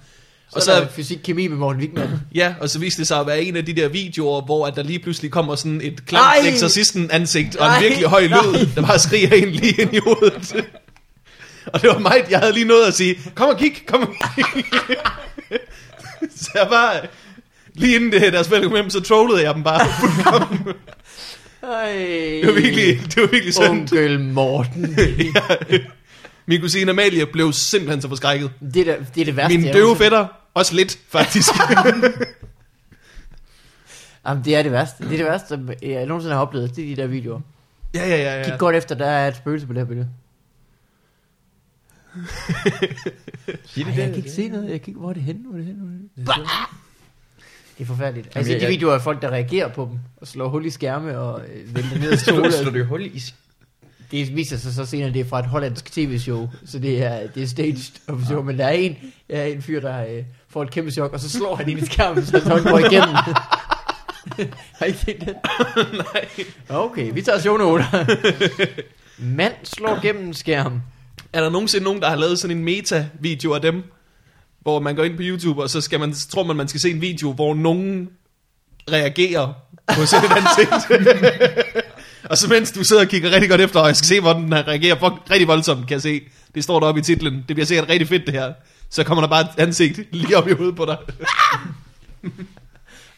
B: Og så, så er der fysik-kemi med Morten Wigman.
A: Ja, og så viste det sig at være en af de der videoer, hvor at der lige pludselig kommer sådan et klamt
B: Ej!
A: eksorcisten ansigt og en
B: Ej,
A: virkelig høj lyd,
B: nej.
A: der bare skriger en lige ind i hovedet. Og det var mig, jeg havde lige nået at sige, kom og kig, kom og kig. [laughs] så jeg bare, lige inden det, deres forældre kom hjem, så trollede jeg dem bare. fuldkommen.
B: Ej.
A: det var virkelig, det var virkelig synd.
B: Onkel Morten.
A: ja. Min kusine Amalie blev simpelthen så forskrækket.
B: Det er, da, det er det værste.
A: Min
B: jeg
A: døve
B: nogensinde-
A: fætter, også lidt
B: [laughs]
A: faktisk.
B: Jamen, det er det værste. Det er det værste, som jeg nogensinde har oplevet. Det er de der videoer.
A: ja, ja, ja, ja.
B: Kig godt efter, der er et spøgelse på det her billede.
C: Siger
B: Ej,
C: det
B: jeg
C: det?
B: kan ikke se noget. Jeg kan ikke, hvor er det henne? Hvor er det henne? Hvor er det, henne? det er forfærdeligt.
C: Jamen,
B: Altså,
C: jeg-
B: de
C: jeg-
B: videoer af folk, der reagerer på dem, og slår hul i skærme og øh, vælter ned af
C: [laughs] Slår,
B: stoler.
C: slår du hul i
B: Det viser sig så senere, at det er fra et hollandsk tv-show, så det er, det er staged og så,
C: Ah.
B: men der er en,
C: [laughs]
B: ja, en fyr, der øh, får et kæmpe chok, og så slår han ind i skærmen, så han går igennem. Har I ikke set den? Nej. Okay, vi tager shownoter.
C: [laughs]
B: Mand slår gennem skærm.
A: Er der nogensinde nogen, der har lavet sådan en meta-video af dem, hvor man går ind på YouTube, og så skal man, så tror man, man skal se en video, hvor nogen reagerer på sådan et ansigt.
B: [laughs]
A: og så mens du sidder og kigger rigtig godt efter, og jeg skal se, hvor den her reagerer fuck, rigtig voldsomt, kan jeg se. Det står deroppe i titlen. Det bliver sikkert rigtig fedt, det her. Så kommer der bare et ansigt lige op i hovedet på dig.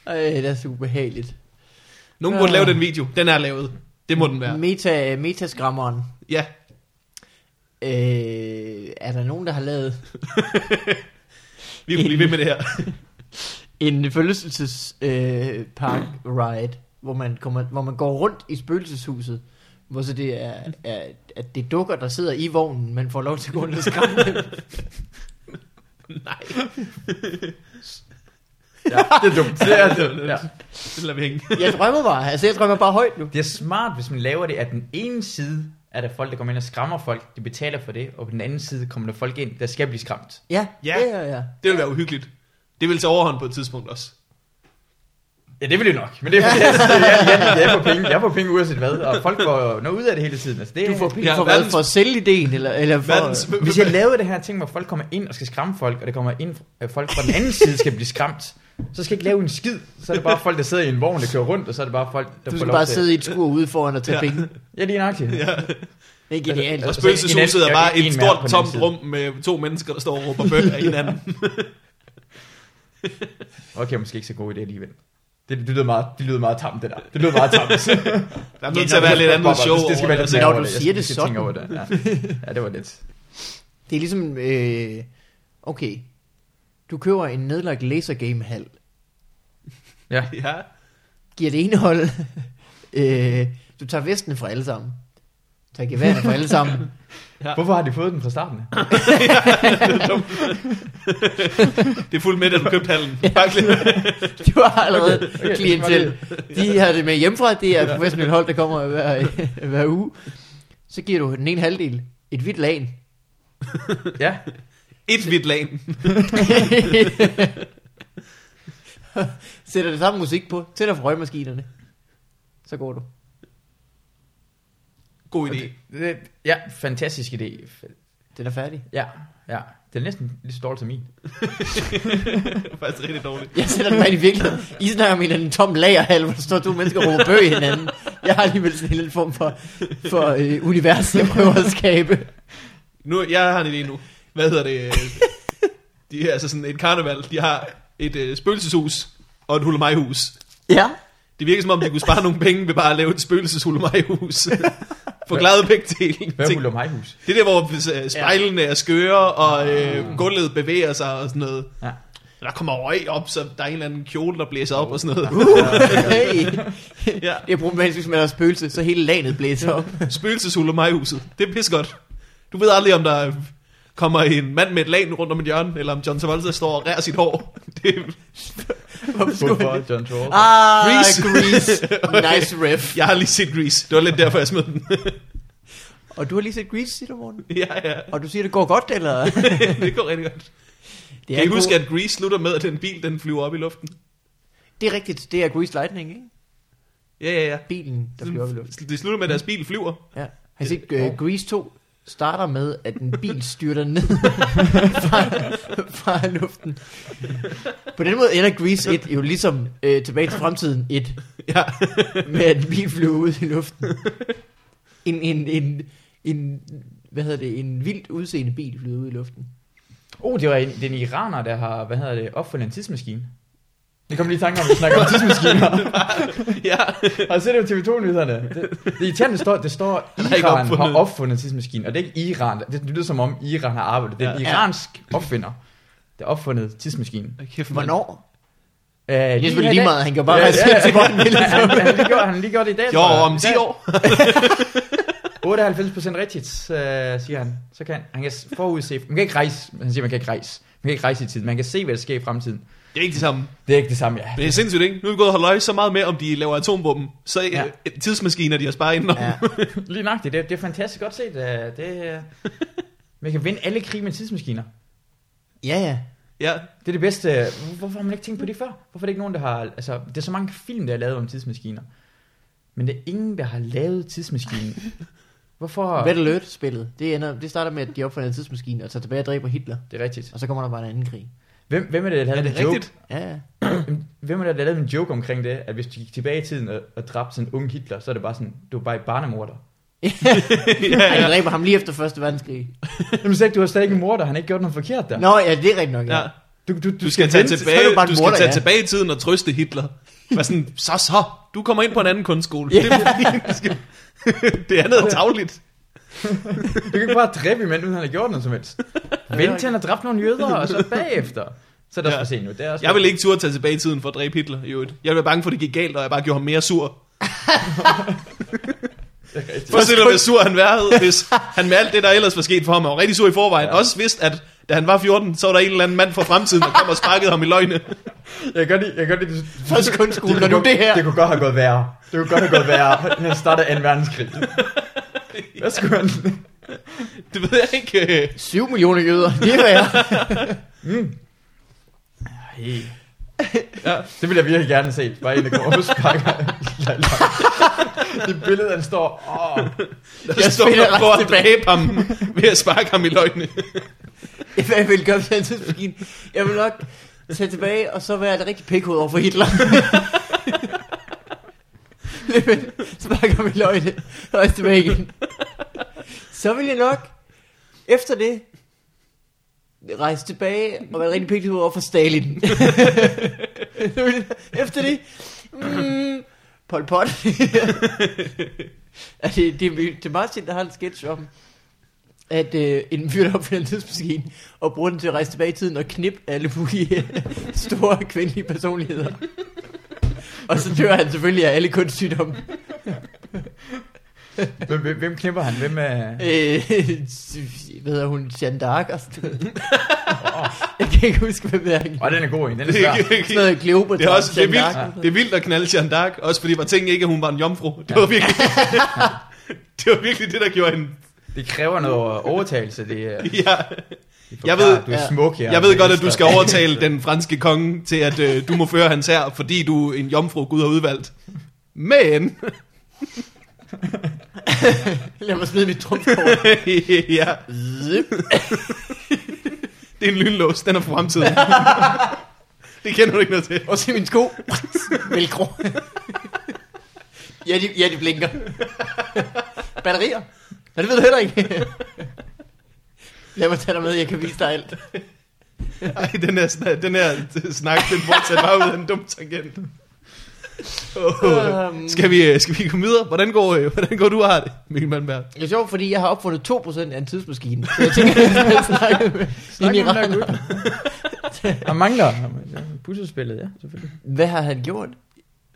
B: Ej, det er så ubehageligt.
A: Nogen burde lave den video. Den er lavet. Det må den
B: Ja.
A: være.
B: Meta, metaskræmmeren.
A: Ja.
B: Øh, er der nogen, der har lavet
A: [laughs] Vi må blive ved med det her.
B: [laughs] en forlystelsespark øh, park ride, hvor man, kommer, hvor man går rundt i spøgelseshuset, hvor så det er, er, at det er dukker, der sidder i vognen, man får lov til at gå rundt og skræmme dem.
A: [laughs] Nej,
C: Ja, det er dumt.
A: det er det.
C: Ja.
A: Det lader vi hænge.
B: Jeg drømmer bare, altså jeg drømmer bare højt nu.
C: Det er smart, hvis man laver det, at den ene side er der folk, der kommer ind og skræmmer folk, de betaler for det, og på den anden side kommer der folk ind, der skal blive skræmt.
B: Ja,
A: Ja.
B: ja, ja, ja.
A: Det vil være uhyggeligt. Det vil tage overhånd på et tidspunkt også.
C: Ja, det vil det nok, men det er fordi, altså, jeg, jeg, jeg, får penge, jeg får penge uanset hvad, og folk får noget ud af det hele tiden. Altså, det,
B: Du får
A: Ja,
B: penge for hvad?
A: verdens-
B: For at sælge ideen, eller, eller for...
A: Verdens,
C: Hvis
A: [laughs]
C: jeg lavede det her ting, hvor folk kommer ind og skal skræmme folk, og det kommer ind, at folk fra den anden side skal blive skræmt, så skal jeg ikke lave en skid. Så er det bare folk, der sidder i en vogn, der kører rundt, og så er det bare folk, der
B: Du
C: får
B: skal
C: lov
B: bare
C: til.
B: sidde i et skur ude foran og tage
A: Ja.
B: penge.
C: Ja, lige nøjagtigt. Ja.
B: Det er genialt.
A: og
C: altså,
A: spøgelseshuset
C: en-
A: er bare
C: en- en
A: et
C: mand på
A: stort tomt
C: den side.
A: rum med to mennesker, der står og råber bøger
C: [laughs]
A: af hinanden.
C: Okay, måske ikke så god idé alligevel. Det, det lyder meget, det lyder meget tamt, det der. Det lyder meget tamt. [laughs]
A: Der er nødt til at være lidt andet show.
C: Det skal
A: over
C: være lidt
A: det.
C: mere
B: Når
C: over
B: du
C: Jeg
B: siger
C: skal-
B: det
C: skal
B: sådan.
C: tænke over det. Ja. ja, det var lidt.
B: Det er ligesom, øh, okay, du køber en nedlagt lasergamehal.
C: Ja.
A: [laughs] Ja.
B: Giver det indhold? [laughs] øh, du tager vesten fra alle sammen. Tager geværen fra alle
A: [laughs]
B: sammen.
C: Hvorfor har de fået den fra starten?
A: Det er fuldt med, at du købte hallen. Faktisk.
B: [laughs] Du har allerede
C: okay,
B: okay, klientel. De har det med hjemmefra, det er professionelle hold, der kommer hver, [laughs] hver uge. Så giver du den ene halvdel et hvidt lagen.
C: Ja.
A: Et hvidt lagen.
B: [laughs] Sætter det samme musik på, tænder for røgmaskinerne. Så går du.
A: God idé.
C: Det, ja, fantastisk idé.
B: Den er færdig.
C: Ja, ja. Det er næsten lige så dårligt som min.
A: Det er faktisk rigtig dårligt.
B: Jeg sætter den bare ind i virkeligheden. I snakker om en eller anden tom lagerhal, hvor der står to mennesker og råber bøg i hinanden. Jeg har alligevel sådan en eller anden form for, for øh, univers, jeg prøver at skabe.
A: Nu, jeg har en idé nu. Hvad hedder det? De er altså sådan et karneval. De har et øh, spøgelseshus og et hulemajhus.
B: Ja.
A: Det virker som om, de kunne spare nogle penge ved bare at lave et spøgelseshulemajhus. For glade begge dele.
C: Hvad
A: Tænk-
C: er mig hus?
A: Det er der, hvor øh, spejlene er skøre, og øh, gulvet bevæger sig og sådan noget.
C: Ja.
A: Der kommer røg op, så der er en eller anden kjole, der blæser op og sådan noget.
B: Hey.
A: Ja.
B: Det er problematisk, hvis man har spøgelse, så hele lanet blæser op.
A: Spøgelseshul og majhuset. Det er pissegodt. Du ved aldrig, om der øh, kommer en mand med et lagen rundt om et hjørne, eller om John Travolta står og rærer sit hår. [laughs] Det,
B: Hvorfor skulle man det?
C: Hvorfor John Travolta?
B: Ah,
A: Grease. [laughs]
B: Grease. Grease. Nice ref.
A: jeg har lige set Grease. Det var lidt derfor, jeg smed den. [laughs]
B: Og du har lige set Grease, siger du, Morten?
A: ja, [laughs] ja.
B: Og du siger, det går godt, eller?
A: Det går rigtig godt.
B: Det
A: Kan I
B: en
A: huske,
B: god-
A: at Grease slutter med, at den bil den flyver op i luften?
B: Det er rigtigt, det er Grease Lightning, ikke?
A: Ja, ja, ja.
B: Bilen, der flyver op i luften.
A: Det slutter med, at deres bil [laughs] flyver.
B: Ja. Har
C: Øh,
B: I set uh, Grease 2 starter med, at en
C: [laughs]
B: bil styrter ned [laughs] fra, fra luften. På den måde ender Grease 1 jo ligesom øh, tilbage til fremtiden 1,
C: [laughs]
A: Ja.
B: med at en bil flyver ud i luften. En, en, en, en, hvad hedder det, en vildt udseende bil flyver ud i luften.
C: Oh, det var en, det er en iraner, der har, hvad hedder det, opfundet en tidsmaskine. Det kom lige i tanke om, at vi snakker om tidsmaskiner.
A: ja.
C: Har du set det på TV2-nyhederne? Det, det irriterende står, det
A: [laughs]
C: står,
A: har ikke
C: Iran har
A: opfundet.
C: opfundet en tidsmaskine, og det er ikke Iran. Det, det lyder som om, Iran har arbejdet. Det er en
A: Ja.
C: iransk opfinder, der har opfundet tidsmaskinen.
A: Kæft, mand.
B: Hvornår?
C: Øh, det
B: Det er selvfølgelig lige meget, han kan bare
C: Ja,
B: ja,
C: ja,
B: rejse ja,
C: [laughs] ja.
B: til bolden hele tiden.
C: Han, han, har lige gjort, han har lige gjort det i dag.
A: Jo,
C: tror jeg.
A: om
C: I
A: 10
C: dag.
A: år.
C: 98% rigtigt, øh, siger han. Så kan han, han kan s- forudse, man kan ikke rejse, han siger, man kan ikke rejse. Man kan ikke rejse i tiden, man kan se, hvad der sker i fremtiden.
A: Det er ikke det samme.
C: Det er ikke det samme, ja.
A: Men det er sindssygt, ikke? Nu er vi gået og holdt øje så meget med, om de laver atomvåben. Så ja.
C: Ja.
A: øh, tidsmaskiner, de har sparet indenom. Ja.
B: Ja.
C: Lige nøjagtigt, det, det er fantastisk godt set. øh, Det, øh, man kan vinde alle krige med tidsmaskiner.
B: ja, ja.
A: Ja,
C: Det er det bedste. Hvorfor har man ikke tænkt på det før? Hvorfor er det ikke nogen, der har... Altså, det er så mange film, der er lavet om tidsmaskiner. Men det er ingen, der har lavet
A: [laughs]
C: tidsmaskinen. Hvorfor...
B: Red Alert spillet, det, ender, det starter med, at de opfinder en tidsmaskine og tager tilbage og dræber Hitler.
C: Det er rigtigt.
B: Og så kommer der bare en anden krig.
C: Hvem, hvem er det, der
A: er
C: lavede
A: det
C: en joke?
A: rigtigt?
B: Ja, ja.
C: Jamen, Hvem er det, der lavede en joke omkring det? At hvis du gik tilbage i tiden og, og dræbte sådan en ung Hitler, så er det bare sådan, du er bare et
A: [laughs]
C: barnemorder.
B: Han dræber ham lige efter første verdenskrig.
C: Jamen selv, du har stadig ikke en morder, han har ikke gjort noget forkert der.
B: Nå, ja, det er rigtigt nok. Ja.
A: ja.
C: Du, du, du,
A: Du skal tage
C: vente-
A: tilbage,
B: er du bare en
A: du skal
B: morder,
A: tage
B: ja.
A: tilbage i tiden og trøste Hitler. Vær sådan, så så, du kommer ind på en anden
B: [laughs]
A: kunstskole.
B: Ja.
A: Det, er fordi, du skal- [laughs] det er noget tagligt.
C: Du kan ikke bare dræbe en mand, uden han har gjort noget som
A: [laughs]
C: helst. Vent til han har dræbt nogle jøder, og så bagefter. Så er det også
A: Ja.
C: for sent nu. Det er også
A: Jeg vil ikke turde tage tilbage i tiden for at dræbe Hitler. Jo. Jeg ville være bange for, at det gik galt, og jeg bare gjorde ham mere sur. Forestil dig, hvor sur han værhed, hvis han med alt det, der ellers var sket for ham, han var rigtig sur i forvejen, også vidste, at da han var 14, så var der en eller anden mand fra fremtiden, der kom og sparkede ham i løgne.
C: [laughs] Jeg kan godt lide, jeg kan godt lide det.
B: Første kunstskole, når nu
C: kunne-
B: det her.
C: Det kunne godt have gået værre. Det kunne godt have gået værre. Han startede 2. verdenskrig. Hvad skulle han?
A: Det ved jeg ikke. øh.
B: 7 millioner jøder, det er værre.
C: Hey.
A: Ja.
C: Ja. Det ville jeg virkelig gerne se. Bare en, der går og sparker. Det billede, han står. Åh,
A: Jeg står
B: spiller
A: for
B: ret
A: at dræbe ham ved at sparke ham i løgne.
B: Hvad [laughs] jeg ville gøre med den tidsmaskine? Jeg vil nok tage tilbage, og så være et rigtig pikhoved over for Hitler. [laughs] Løb ind, sparker med løgne, og også tilbage igen. Så vil jeg nok, efter det, rejse tilbage og være et rigtig pikhoved over for Stalin. [laughs] Så vil jeg- efter det, mm, Pol Pot. [laughs] Er det, det, er- det er Martin, der har en sketch om, at øh, en fyr, der opfinder en tidsmaskine, og bruger den til at rejse tilbage i tiden og knippe alle mulige [laughs] store kvindelige
A: [laughs]
B: personligheder. og så dør han selvfølgelig af alle kunstsygdomme.
C: Hvem, hvem, hvem knipper han? Hvem er...
B: Øh, [laughs] hvad hedder hun? Jeanne d'Arc og sådan noget.
A: [laughs]
B: Jeg kan ikke huske, hvem det er. Sådan
C: Åh, den er god en. Den er svær.
B: noget Cleopatra.
A: Det er, også, det, er
B: Jeanne d'Arc.
A: vildt, det er vildt at knalde Jeanne d'Arc, også fordi var tænkt ikke, at hun var en jomfru. Det var virkelig, [laughs] det, var virkelig det der gjorde hende.
C: Det kræver noget overtagelse. Det, er-
A: Ja.
C: det
A: Jeg ved-
C: du er
B: ja.
C: smuk her.
A: Jeg ved godt, at du skal overtale den franske konge til, at øh, du må føre hans her, fordi du er en jomfru, Gud har udvalgt. Men,
B: Lad mig smide mit trumfkort.
A: [laughs] ja,
B: Zip.
A: det er en lynlås, den er fra [laughs] fremtiden. det kender du ikke noget til.
B: og se min sko. Velcro. ja, de, ja, de blinker. Batterier. Nå, det ved du heller ikke. Lad mig tage dig med, jeg kan vise dig alt.
A: Ej, den her, snak- den her snak, den fortsætter bare ud af en dum tangent. Oh,
B: Øhm.
A: skal, vi, øh, skal vi komme videre? Hvordan går, øh, hvordan går du og har det, Mikkel Malmberg?
B: Det er sjovt, fordi jeg har opfundet 2% af
A: [laughs]
B: en tidsmaskine. Så jeg tænker, at jeg skal snakke med en
C: med ham der,
B: iraner.
C: Han mangler. Puslespillet, ja, selvfølgelig.
B: Hvad har han gjort?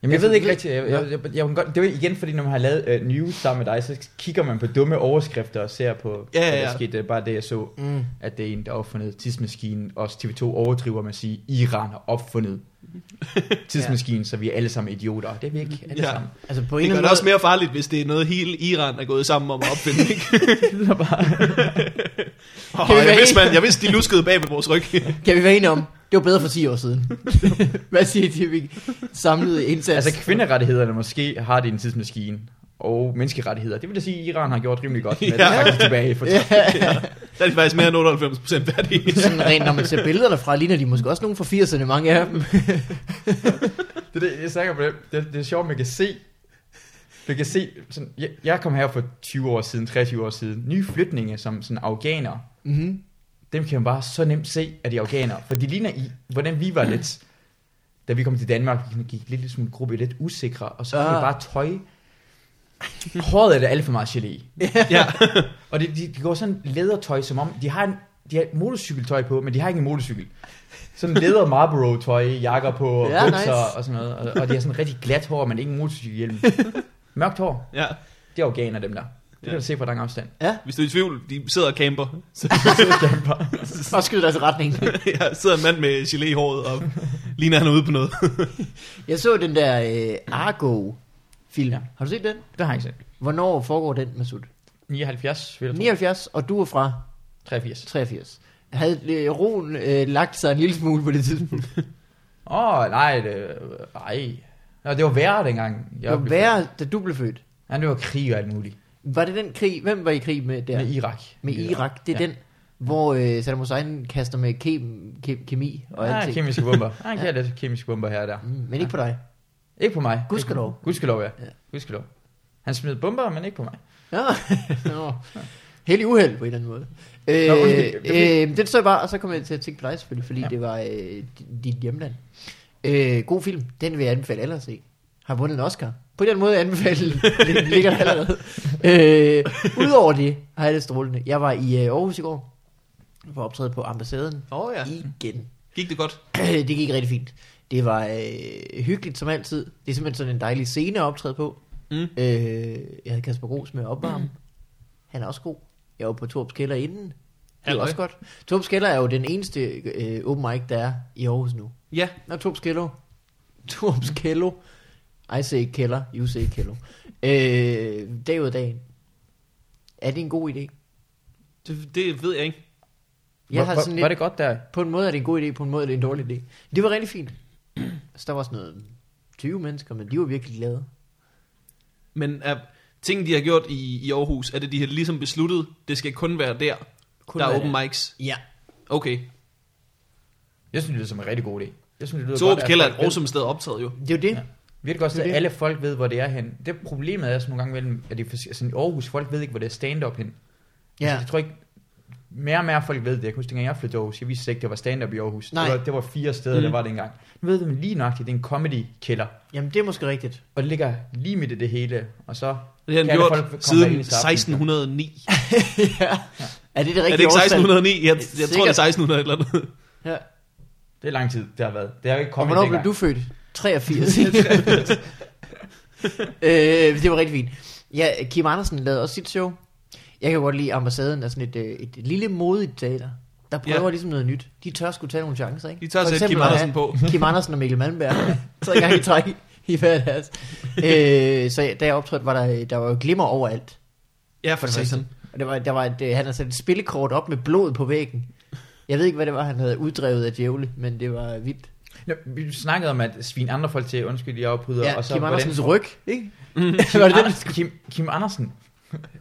C: Jamen, jeg ved ikke rigtigt. Jeg, jeg, jeg, jeg, kan godt, det er jo igen, fordi når man har lavet uh, news sammen med dig, så kigger man på dumme overskrifter og ser på,
A: Ja, ja,
C: hvad der
A: ja.
C: skete. Det er bare det, jeg så,
B: Mm.
C: at det er en, der har opfundet tidsmaskinen. Også TV2 overdriver med at sige, Iran har opfundet tidsmaskinen, så vi er alle sammen idioter. Det er vi ikke
A: Ja.
C: alle sammen.
B: Altså på en
A: Det
B: eller
A: gør
B: anden
A: det
B: måde...
A: også mere farligt, hvis det er noget, hele Iran er gået sammen om at [laughs] opfinde. Ikke?
C: Det lyder bare...
A: Oh,
B: Kan vi
A: jeg,
B: være
A: vidste,
B: enige?
A: man, jeg vidste, de luskede bag ved vores [laughs] ryg.
B: Kan vi være enige om, det var bedre for 10 år
A: [laughs]
B: siden. Hvad siger de, vi samlede indsats?
A: [laughs]
C: [laughs] Altså kvinderettighederne måske har det i en tidsmaskine. Og menneskerettigheder. Det vil da sige, at Iran har gjort rimelig godt. Men ja. det
A: Ja.
C: er faktisk tilbage
B: [laughs]
C: for
B: Ja,
A: Der er de faktisk mere end 98 procent færdige.
B: sådan rent, når man ser billederne fra, ligner de måske også nogen fra 80'erne, mange af dem.
C: Det, er det, jeg snakker på det. Det, det er sjovt, man kan se... Man kan se sådan, jeg, jeg kom her for 20 år siden, 23 år siden. Nye flytninge som sådan afghanere.
B: Mm-hmm.
C: Dem kan man bare så nemt se, at de er afghanere. For de ligner i, hvordan vi var lidt. Da vi kom til Danmark, vi gik lidt som en gruppe lidt usikre. Og så var det
B: Ah.
C: bare tøj. Håret er det alt for meget gelé.
A: [laughs] ja.
C: Og de, de, de går sådan lædertøj, som om... De har, en, de har motorcykeltøj på, men de har ikke en motorcykel. Sådan læder Marlboro-tøj, jakker på, og
B: Ja,
C: ja, bukser
B: nice.
C: nice. og sådan noget. Og, og de har sådan rigtig glat hår, men ikke en
B: [laughs]
C: motorcykelhjelm. Mørkt hår.
A: ja.
C: Det er organer, dem der. Det kan du se på lang afstand.
B: [laughs] Ja,
A: Hvis du er i tvivl, de sidder og camper.
B: og skyder deres retning.
A: [laughs] Ja, sidder en mand med gelé i håret og ligner han er ude på noget.
B: Jeg så den der øh, Argo-film. Ja.
C: Ja.
B: Har du set den?
C: Det har jeg ikke set.
B: Hvornår foregår den, Masud?
C: 79, vil jeg tro.
B: 79, og du er fra
C: 83.
B: 83. havde øh, roen øh, lagt sig en lille smule på det tidspunkt.
C: Åh, oh, nej, det, ej. Nå, det var værre dengang.
B: Det var
C: blev
B: værre, da du blev født.
C: født. Ja, det var krig og alt muligt.
B: Var det den krig, hvem var i krig med der?
C: Ja. Med Irak.
B: med Irak. Det er
C: Ja.
B: ja. den, hvor øh, Saddam Hussein kaster med kem, kem, kemi og
C: ja,
B: alting.
C: kemiske bomber. Ja, jeg kan lidt kemiske bomber her og der.
B: Mm, men ikke på dig.
C: Ikke på mig.
B: Gudskelov.
C: Ikke på- Gudskelov, ja.
B: Ja.
C: Gudskelov. Han smed bomber, men ikke på mig.
B: Ja. Nå. Heldig uheld på en eller anden måde. Øh,
C: Nå, undskyld.
B: øh, den så jeg bare, og så kom jeg til at tænke på dig selvfølgelig, fordi ja. det var øh, dit hjemland. Øh, god film, den vil jeg anbefale alle at se. Har vundet en Oscar. På den måde anbefale, den ligger der allerede. Øh, Udover det har jeg det strålende. Jeg var i øh, Aarhus i går, for at optræde på ambassaden
A: Åh oh, ja.
B: igen. [clears throat]
A: Gik det godt?
B: det gik rigtig fint. Det var øh, hyggeligt som altid. Det er simpelthen sådan en dejlig scene at optræde på.
A: Mm.
B: Øh, jeg havde Kasper Gros med at opvarme. Mm. Han er også god. Jeg var på Torps Kælder inden. Det er
A: Halløj.
B: også godt. Torps Kælder er jo den eneste øh, open mic, der er i Aarhus nu.
A: Ja.
B: Nå, Torps Kælder. [laughs] Torps Kælder. I say Kælder, you say Kælder. Øh, dag ud af dagen. Er det en god idé?
A: Det, det ved jeg ikke.
B: Jeg
C: var,
B: har
C: var-
B: sådan
C: var
B: lidt,
C: det godt der?
B: på en måde er det en god idé, på en måde er det en dårlig idé. Det var rigtig fint. Så der var sådan noget 20 mennesker, men de var virkelig glade.
A: Men er, ting, de har gjort i, i Aarhus, er det, de har ligesom besluttet, det skal kun være der, kun der er
B: være
A: open
B: der.
A: mics?
B: Ja.
A: Okay.
C: Jeg synes, det lyder som en rigtig god idé. Jeg synes, det lyder
A: Torup
C: at
A: Kælder er
C: folk
A: et
C: ved-
A: awesome sted at optræde jo.
B: Det er jo det.
C: Ja. Virkelig godt,
B: Det er
C: at
B: det.
C: alle folk ved, hvor det er hen. Det problemet er sådan nogle gange mellem, at det er for, altså, i Aarhus, folk ved ikke, hvor det er stand-up hen.
B: Ja.
C: Altså, jeg tror ikke, mere og mere folk ved det. Jeg kan huske, dengang jeg flyttede til Aarhus, jeg vidste slet ikke, der var stand-up i Aarhus.
B: Nej.
C: Det, var, det var fire steder, mm.
A: Mm.
C: der var det engang. Nu ved man lige nøjagtigt, det er en comedy-kælder.
B: Jamen, det er måske rigtigt.
C: Og det ligger lige midt i det hele. Og så
A: Det har han
C: kan alle
A: gjort
C: folk komme
A: siden
C: ind i starten.
A: 1609.
B: [laughs] ja. Er det
A: Er
B: det rigtige
A: det ikke
B: årstal?
A: 1609? Jeg, jeg tror, det
B: Sikkert.
A: er 1600 eller noget.
B: Ja.
C: Det er lang tid, det har været. Det har jo ikke
B: Og
C: kommet
B: hvornår blev du født?
A: [laughs]
B: 83. øh, det var rigtig fint. Ja, Kim Andersen lavede også sit show. Jeg kan godt lide, at ambassaden er sådan et, øh, et lille modigt teater. Der prøver
A: Ja.
B: ja. ligesom noget nyt. De tør skulle tage nogle chancer, ikke?
A: De tør
B: For
A: sætte
B: eksempel
A: Kim
B: at
A: Andersen
B: have
A: på.
B: Kim Andersen og Mikkel Malmberg. [laughs] Tre gange i træk i hver deres. Øh, så da jeg optrådte, var der, der var jo glimmer overalt.
A: Ja, for
B: det første.
A: satan.
B: Og der var, der var et, øh, han havde sat et spillekort op med blod på væggen. Jeg ved ikke, hvad det var, han havde uddrevet af djævle, men det var vildt.
C: Ja, vi snakkede om at svine andre folk til, undskyld, jeg afbryder.
B: Ja,
C: og så,
B: Kim
C: hvordan- [laughs]
B: Andersens ryg, ikke? var
C: Kim,
B: det den?
C: Anders, Kim, Kim Andersen.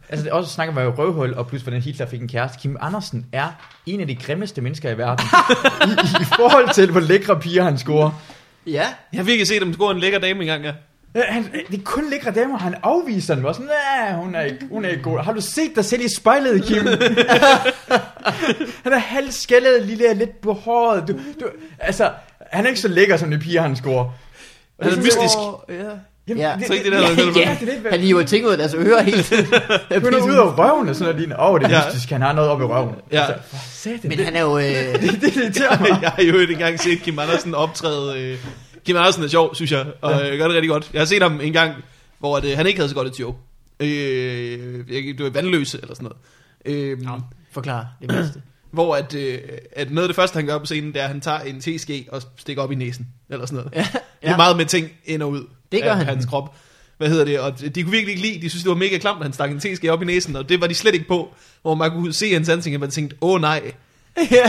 C: altså, det- også snakker man jo røvhul, og plus hvordan Hitler fik en kæreste. Kim Andersen er en af de grimmeste mennesker
B: [laughs]
C: i verden. I, i, I, forhold til, hvor lækre piger han scorer.
B: Ja,
A: [laughs] Jeg har virkelig set dem score en lækker dame engang, ja.
C: Øh, Han, øh, det er kun lækre damer, han afviser den. Var sådan, "Næh, hun er, ikke, hun er ikke god. Har du set dig selv i spejlet,
B: [laughs]
C: Kim? han er halvskældet, lille, lidt på håret. Du, du, altså, han er ikke så lækker, som de piger, han scorer. Og det
A: Han er
C: sådan,
A: mystisk.
C: "Åh, Ja.
B: Ja.
A: Så ikke det der, der er
C: ja,
A: noget med
C: ja, det er det, hvad-
B: han hiver ting ud af deres ører hele tiden.
C: Det er noget ud af røven, og sådan noget lignende. Åh, oh, det er
A: Ja.
C: ja. mystisk, han har noget op i røven.
A: Ja.
C: Altså, for satan,
B: Men
C: det,
B: han er jo... Øh,
C: det, det irriterer mig.
A: [laughs] Jeg har jo ikke engang set Kim Andersen optræde. Øh. Kim Andersen er sjov, synes jeg, og øh, gør det rigtig godt. Jeg har set ham en gang, hvor at, øh, han ikke havde så godt et show. Øh, jeg, det var vandløse eller sådan noget. Øh,
B: [laughs] forklar det meste.
A: Hvor at, øh, at noget af det første, han gør på scenen, det er, at han tager en teske og stikker op i næsen, eller sådan noget. Ja, Det er
B: ja.
A: meget med ting ind og ud
B: Det gør
A: af
B: han.
A: hans krop. Hvad hedder det? Og de kunne virkelig ikke lide, de synes, det var mega klamt, at han stak en teske op i næsen, og det var de slet ikke på. Hvor man kunne se hans ansigt, og man tænkte, åh oh, nej,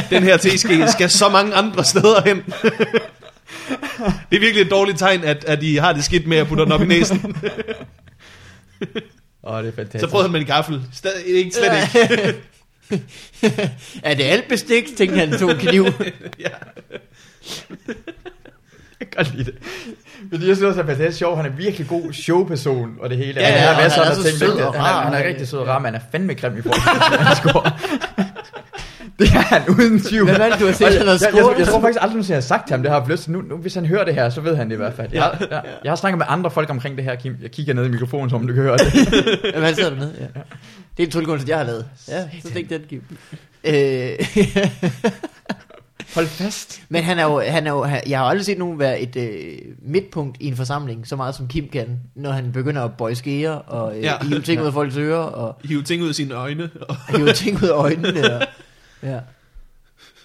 A: den her teske skal så mange andre steder hen. det er virkelig et dårligt tegn, at, at de har det skidt med at putte den op i næsen.
C: Åh, det er fantastisk.
A: Så prøvede han med en gaffel. Stadig, ikke, slet
B: [laughs]
A: ikke.
B: er det alt bestik, tænkte han, tog en kniv.
A: Ja.
C: Jeg kan godt lide det. Fordi jeg synes også, at det er fantastisk sjovt. Han er virkelig god showperson og det hele.
B: Ja,
C: han
B: ja,
C: har
B: og
C: masser
B: han er
C: af
B: så
C: ting,
B: sød
C: der-
B: og
C: han, er,
B: rar.
C: han er rigtig sød og rar, men han er fandme grim i forhold til, hvad [laughs] han scorer. Det er han uden tvivl.
B: Hvem er det, du har set,
C: Og
B: han har
C: jeg, jeg, jeg, tror- jeg, tror
B: scoret?
C: faktisk aldrig, nogensinde, jeg har sagt til ham, det har jeg haft lyst til. Nu, nu, hvis han hører det her, så ved han det i hvert fald. Jeg, jeg, jeg har snakket med andre folk omkring det her, Kim. Jeg kigger ned i mikrofonen, så om du kan høre det.
B: Jamen, han sidder dernede, ja. Det er en tryllekunst, jeg har lavet. Ja, så stik den, Kim. Øh, [laughs]
C: Hold fast.
B: Men han er jo, han er jo, han, jeg har aldrig set nogen være et øh, midtpunkt i en forsamling, så meget som Kim kan, når han begynder at bøje skeer og øh,
A: Ja.
B: ja. hive ting ud af folks ører og
A: Hive ting ud af sine øjne. Og
B: hive ting ud af øjnene. Og, ja.
C: Det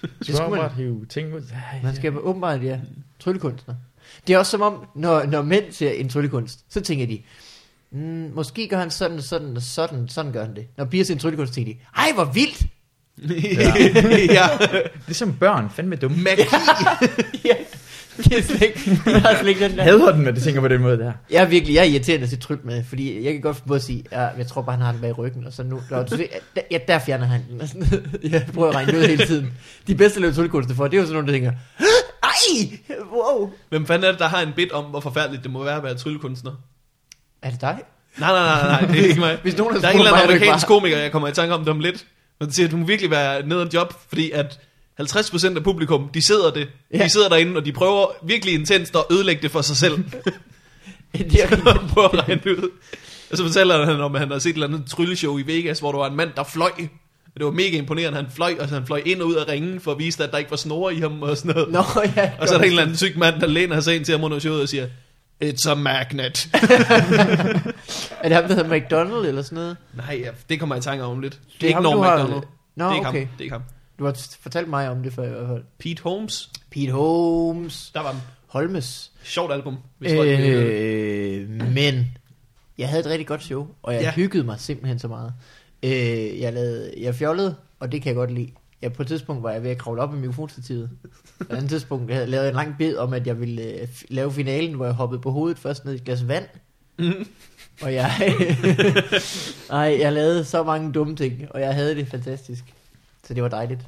B: Det
C: skulle
B: skulle
C: man
B: man.
C: hive ting ud. Ej,
B: Man skal åbenbart, ja, tryllekunstner. Det er også som om, når, når mænd ser en tryllekunst, så tænker de, mm, måske gør han sådan, sådan, sådan, sådan gør han det. Når piger ser en tryllekunst, tænker de, ej hvor vildt!
A: [laughs] ja.
C: [laughs] Ligesom børn, fandme dumme.
A: Magi.
B: [laughs] ja. Jeg har slet ikke, jeg har slet ikke den der.
C: Hader den, når de tænker på den måde der.
B: Jeg er virkelig, jeg er irriterende at se tryk med, fordi jeg kan godt både sige, ja, jeg tror bare, han har det bag i ryggen, og så nu, der, du, der, ja, der fjerner han den. og sådan. [laughs] jeg prøver at regne det ud hele tiden. De bedste løbetulkunster for, det er jo sådan nogle, der tænker, ej, wow.
A: Hvem fanden er det, der har en bit om, hvor forfærdeligt det må være at være tryllekunstner?
B: Er det dig? [laughs]
A: Nej, nej, nej, nej, det er ikke mig.
B: Hvis nogen har
A: der er en
B: spurgt
A: eller anden
B: mig, er det ikke
A: amerikansk
B: bare-
A: komiker, jeg kommer i tanke om det om lidt. Men siger, at du må virkelig være nede af job, fordi at 50% af publikum, de sidder det.
B: Ja.
A: De sidder derinde, og de prøver virkelig intenst at ødelægge det for sig selv.
B: Det er rigtigt.
A: [laughs] på at regne det ud. Og så fortæller han om, at han har set et eller andet trylleshow i Vegas, hvor der var en mand, der fløj. Og Det var mega imponerende, han fløj, og så han fløj ind og ud af ringen, for at vise, at der ikke var snore i ham og sådan noget.
B: Nå, ja.
A: Og så er der en eller anden syg mand, der læner sig ind til ham under showet og siger, It's a magnet. [laughs]
B: Er det ham, der hedder McDonald eller sådan noget?
A: Nej, ja, det kommer jeg i tanke om lidt. Det er,
B: er
A: ikke
B: ham,
A: Norm
B: du har-
A: MacDonald.
B: Nå,
A: det er ikke
B: okay.
A: ham. Det er ikke ham.
B: Du har t- fortalt mig om det før i hvert fald.
A: Pete Holmes.
B: Pete Holmes.
A: Der var den.
B: Holmes.
A: Sjovt album. Hvis folk vil høre det.
B: Øh, men jeg havde et rigtig godt show, og jeg
A: Ja.
B: ja. hyggede mig simpelthen så meget. Øh, jeg, lavede, jeg fjollede, og det kan jeg godt lide. Jeg, på et tidspunkt var jeg ved at kravle op i mikrofonstativet. På et andet tidspunkt havde jeg lavet en lang bid om, at jeg ville øh, f- lave finalen, hvor jeg hoppede på hovedet først ned i et
A: [laughs]
B: glas vand. Og jeg... [laughs] Nej, jeg lavede så mange dumme ting, og jeg havde det fantastisk. Så det var dejligt.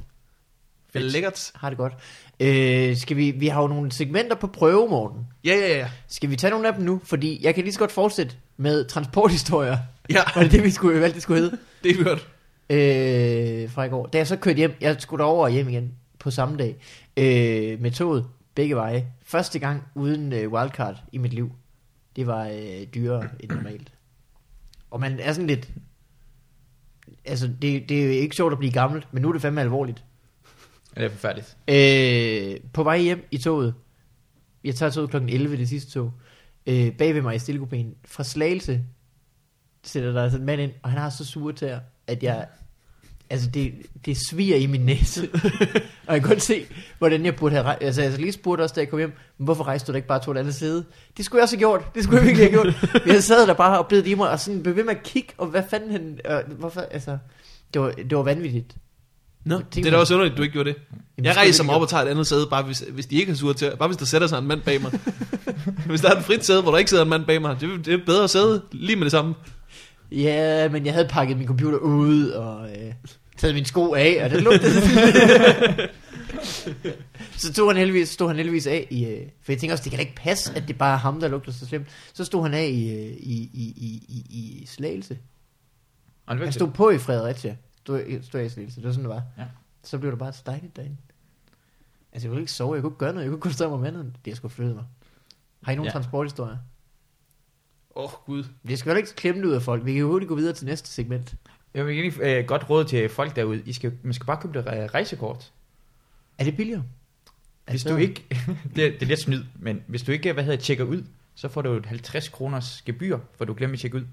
A: det er lækkert.
B: Har det godt. Øh, skal vi, vi har jo nogle segmenter på prøve, Morten.
A: Ja, ja, ja.
B: Skal vi tage nogle af dem nu? Fordi jeg kan lige så godt fortsætte med transporthistorier. [laughs]
A: Ja,
B: Var det det, vi skulle, valgte, det skulle hedde?
A: det er godt.
B: Øh, fra i går. Da jeg så kørte hjem, jeg skulle derover og hjem igen på samme dag. Øh, med toget, begge veje. Første gang uden øh, wildcard i mit liv. Det var øh, dyrere end normalt. Og man er sådan lidt... Altså, det, det er jo ikke sjovt at blive gammel, men nu er det fandme alvorligt.
C: Ja, det er forfærdeligt.
B: Øh, på vej hjem i toget. Jeg tager toget kl. 11, det sidste tog. Øh, bag ved mig i stillekupéen. Fra Slagelse sætter der sådan en mand ind, og han har så sure tæer, at jeg... Altså, det, det sviger i min næse. og jeg kan godt se, hvordan jeg burde have rejst. Altså, jeg lige spurgte også, da jeg kom hjem, "Men hvorfor rejste du da ikke bare til et andet side? Det skulle jeg også have gjort. Det skulle jeg virkelig have gjort. Men jeg sad der bare og blev det i mig, og sådan blev ved med at kigge, og hvad fanden han... Øh, hvorfor, altså... Det var, det var vanvittigt.
A: Nå,
B: tænker
A: det er da
B: man-
A: også underligt, du ikke gjorde det.
B: Jamen,
A: jeg
B: det skulle
A: rejser
B: jeg
A: mig op og tager et andet sæde, bare hvis, hvis de ikke har sure til. Bare hvis der sætter sig en mand bag mig. hvis der er et frit sæde, hvor der ikke sidder en mand bag mig, det, det er et bedre sæde lige med det samme.
B: Ja, men jeg havde pakket min computer ud og øh, taget min sko af, og det
C: [laughs]
B: lugtede. så tog han heldigvis, stod han heldigvis af, i, øh, for jeg tænker også, det kan da ikke passe, at det bare er ham, der lugter så slemt. Så stod han af i, øh, i, i, i, i, i slagelse.
C: Og det var
B: Han
C: stod...
B: stod på i Fredericia. Stod, stod jeg i slagelse, det var sådan, det var.
C: Ja.
B: Så blev det bare så dejligt derinde. Altså, jeg kunne ikke sove, jeg kunne ikke gøre noget, jeg kunne ikke koncentrere mig om andet. Det, jeg skulle flytte mig. Har I nogen
C: Ja.
B: ja. transporthistorier?
A: Åh, oh, gud.
B: Det skal jo ikke klemme det ud af folk. Vi kan jo hurtigt gå videre til næste segment.
C: Jeg vil egentlig øh, godt råd til folk derude. I skal, man skal bare købe det re- rejsekort.
B: Er det billigere? Er
C: Hvis
B: det
C: du
B: bedre?
C: ikke... [laughs] det, er, det er lidt snyd, men hvis du ikke, hvad hedder, tjekker ud, så får du et 50 kroners gebyr, for du glemmer at tjekke ud.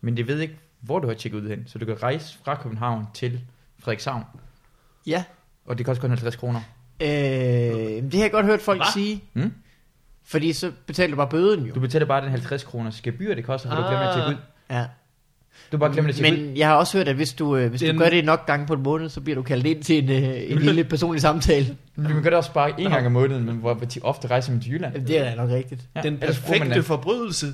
C: Men det ved ikke, hvor du har tjekket ud hen, så du kan rejse fra København til Frederikshavn.
B: Ja.
C: Og det koster kun 50 kroner.
B: Øh, men det har jeg godt hørt folk
A: Hva?
B: Hva? sige.
C: Mm?
B: Fordi så betaler du bare bøden jo.
C: Du betaler bare den 50 kroners gebyr, det koster, for du glemmer at tjekke ud.
B: Ja.
C: Du bare glemmer at tjekke ud.
B: Men jeg har også hørt, at hvis du, øh, hvis
A: Den-
B: du gør det nok gange på en måned, så bliver du kaldt ind til en, øh, en lille personlig samtale.
C: Men man gør det også bare en gang om måneden, men hvor hvor de ofte rejser man til Jylland.
B: Jamen, Det er da nok rigtigt.
C: Ja,
A: Den
C: ellers bruger man
A: perfekte
C: den.
A: forbrydelse.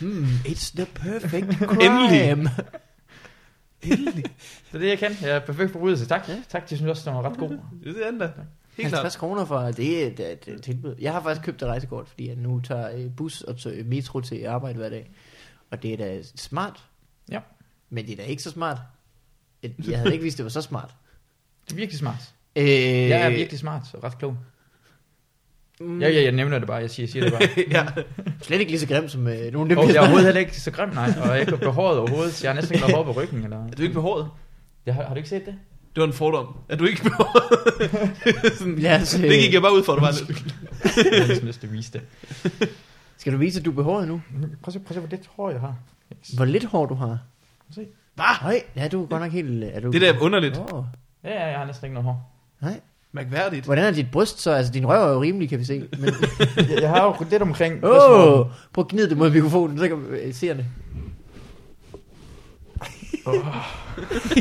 B: Hmm, it's the perfect
A: Endelig.
B: crime.
C: Det er det, jeg kan. Jeg er perfekt forbrydelse. Tak. Ja. Mm-hmm. Tak, de synes også, den var ret god.
A: Det er den da. Helt klart.
B: 50 kroner for det, er et- det, er et tilbud. Jeg har faktisk købt et rejsekort, fordi jeg nu tager øh, bus og tager metro til arbejde hver dag. Og det er da smart.
C: Ja.
B: Men det er da ikke så smart. Jeg havde ikke vidst, det var så smart.
C: Det er virkelig smart.
B: Øh,
C: Jeg er virkelig smart og ret klog.
B: Mm.
C: Ja, ja, jeg nævner det bare. Jeg siger, jeg siger det [laughs] bare.
A: [laughs] ja.
B: Slet ikke lige så grim som øh, nogle af
C: Og
B: dem,
C: jeg er
B: [laughs] jeg
C: overhovedet heller ikke så grim, nej. [laughs] Og jeg ikke behåret overhovedet, så jeg har næsten ikke noget hår på ryggen. Eller...
A: Er du ikke behåret?
C: Jeg har, har, du ikke [laughs] set det?
A: Det var en fordom. Er du ikke behåret? Sådan,
B: Lad os, øh,
A: det gik jeg bare ud for, at du var lidt.
C: Jeg har næsten lyst til at vise det.
B: øh, Skal du vise, at du er behåret nu?
C: Prøv at se, prøv at se hvor det tror jeg har.
B: Hvor lidt hår du har.
C: Se.
A: Hva?
B: Nej, ja, du er godt nok helt... Er du...
A: Det der er underligt.
B: Åh,
C: Ja, ja, jeg har næsten ikke noget hår.
B: nej.
A: Mærkværdigt.
B: Hvordan er dit bryst så? Altså, din røv er jo rimelig, kan vi se. Men, [laughs]
C: Jeg, jeg har jo lidt omkring...
B: åh, prøv at gnide det mod mikrofonen, så kan vi øh, se det.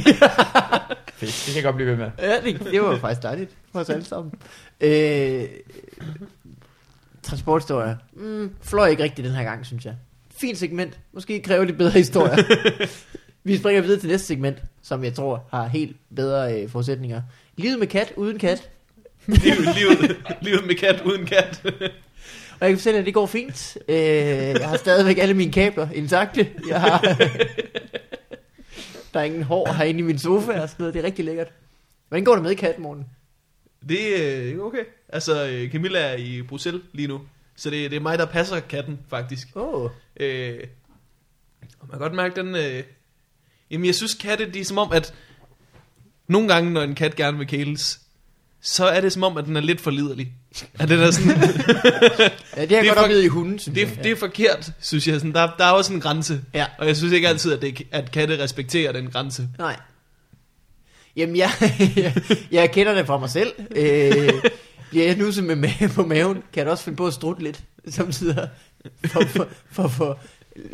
C: Fedt. Det kan jeg godt blive ved med.
B: Ja, det, det var faktisk dejligt for os alle sammen. Øh, transporthistorier. Mm, fløj ikke rigtigt den her gang, synes jeg. Fint segment. Måske kræver det bedre [laughs] historier. Vi springer videre til næste segment, som jeg tror har helt bedre øh, forudsætninger. Livet med kat, uden kat.
A: [laughs] livet, livet, livet med kat uden kat.
B: Og jeg kan fortælle, at det går fint. Øh, jeg har stadigvæk alle mine kabler intakte. Jeg har, der er ingen hår herinde i min sofa og sådan noget. Det er rigtig lækkert. Hvordan går det med kat, morgen?
A: [laughs] Det er øh, okay. Altså, øh, Camilla er i Bruxelles lige nu, så det, det er mig, der passer katten, faktisk.
B: Åh, oh,
A: Øh, og man kan godt mærke den... Øh, jamen, jeg synes, katte, de er som om, at... Nogle gange, når en kat gerne vil kæles, så er det som om, at den er lidt for liderlig. At den er sådan,
B: ja, det har
A: Det
B: jeg
A: er
B: godt
A: for-
B: oplevet i hunden, synes
A: det,
B: jeg.
A: er, det er forkert, synes jeg. Sådan, der, der er også en grænse.
B: Ja.
A: Og jeg synes ikke altid, at, det, at katte respekterer den grænse.
B: Nej. Jamen, jeg, [laughs] jeg, jeg kender det fra mig selv. Øh, bliver jeg nusset med mave på maven, kan jeg da også finde på at strutte lidt, samtidig for, for, for, for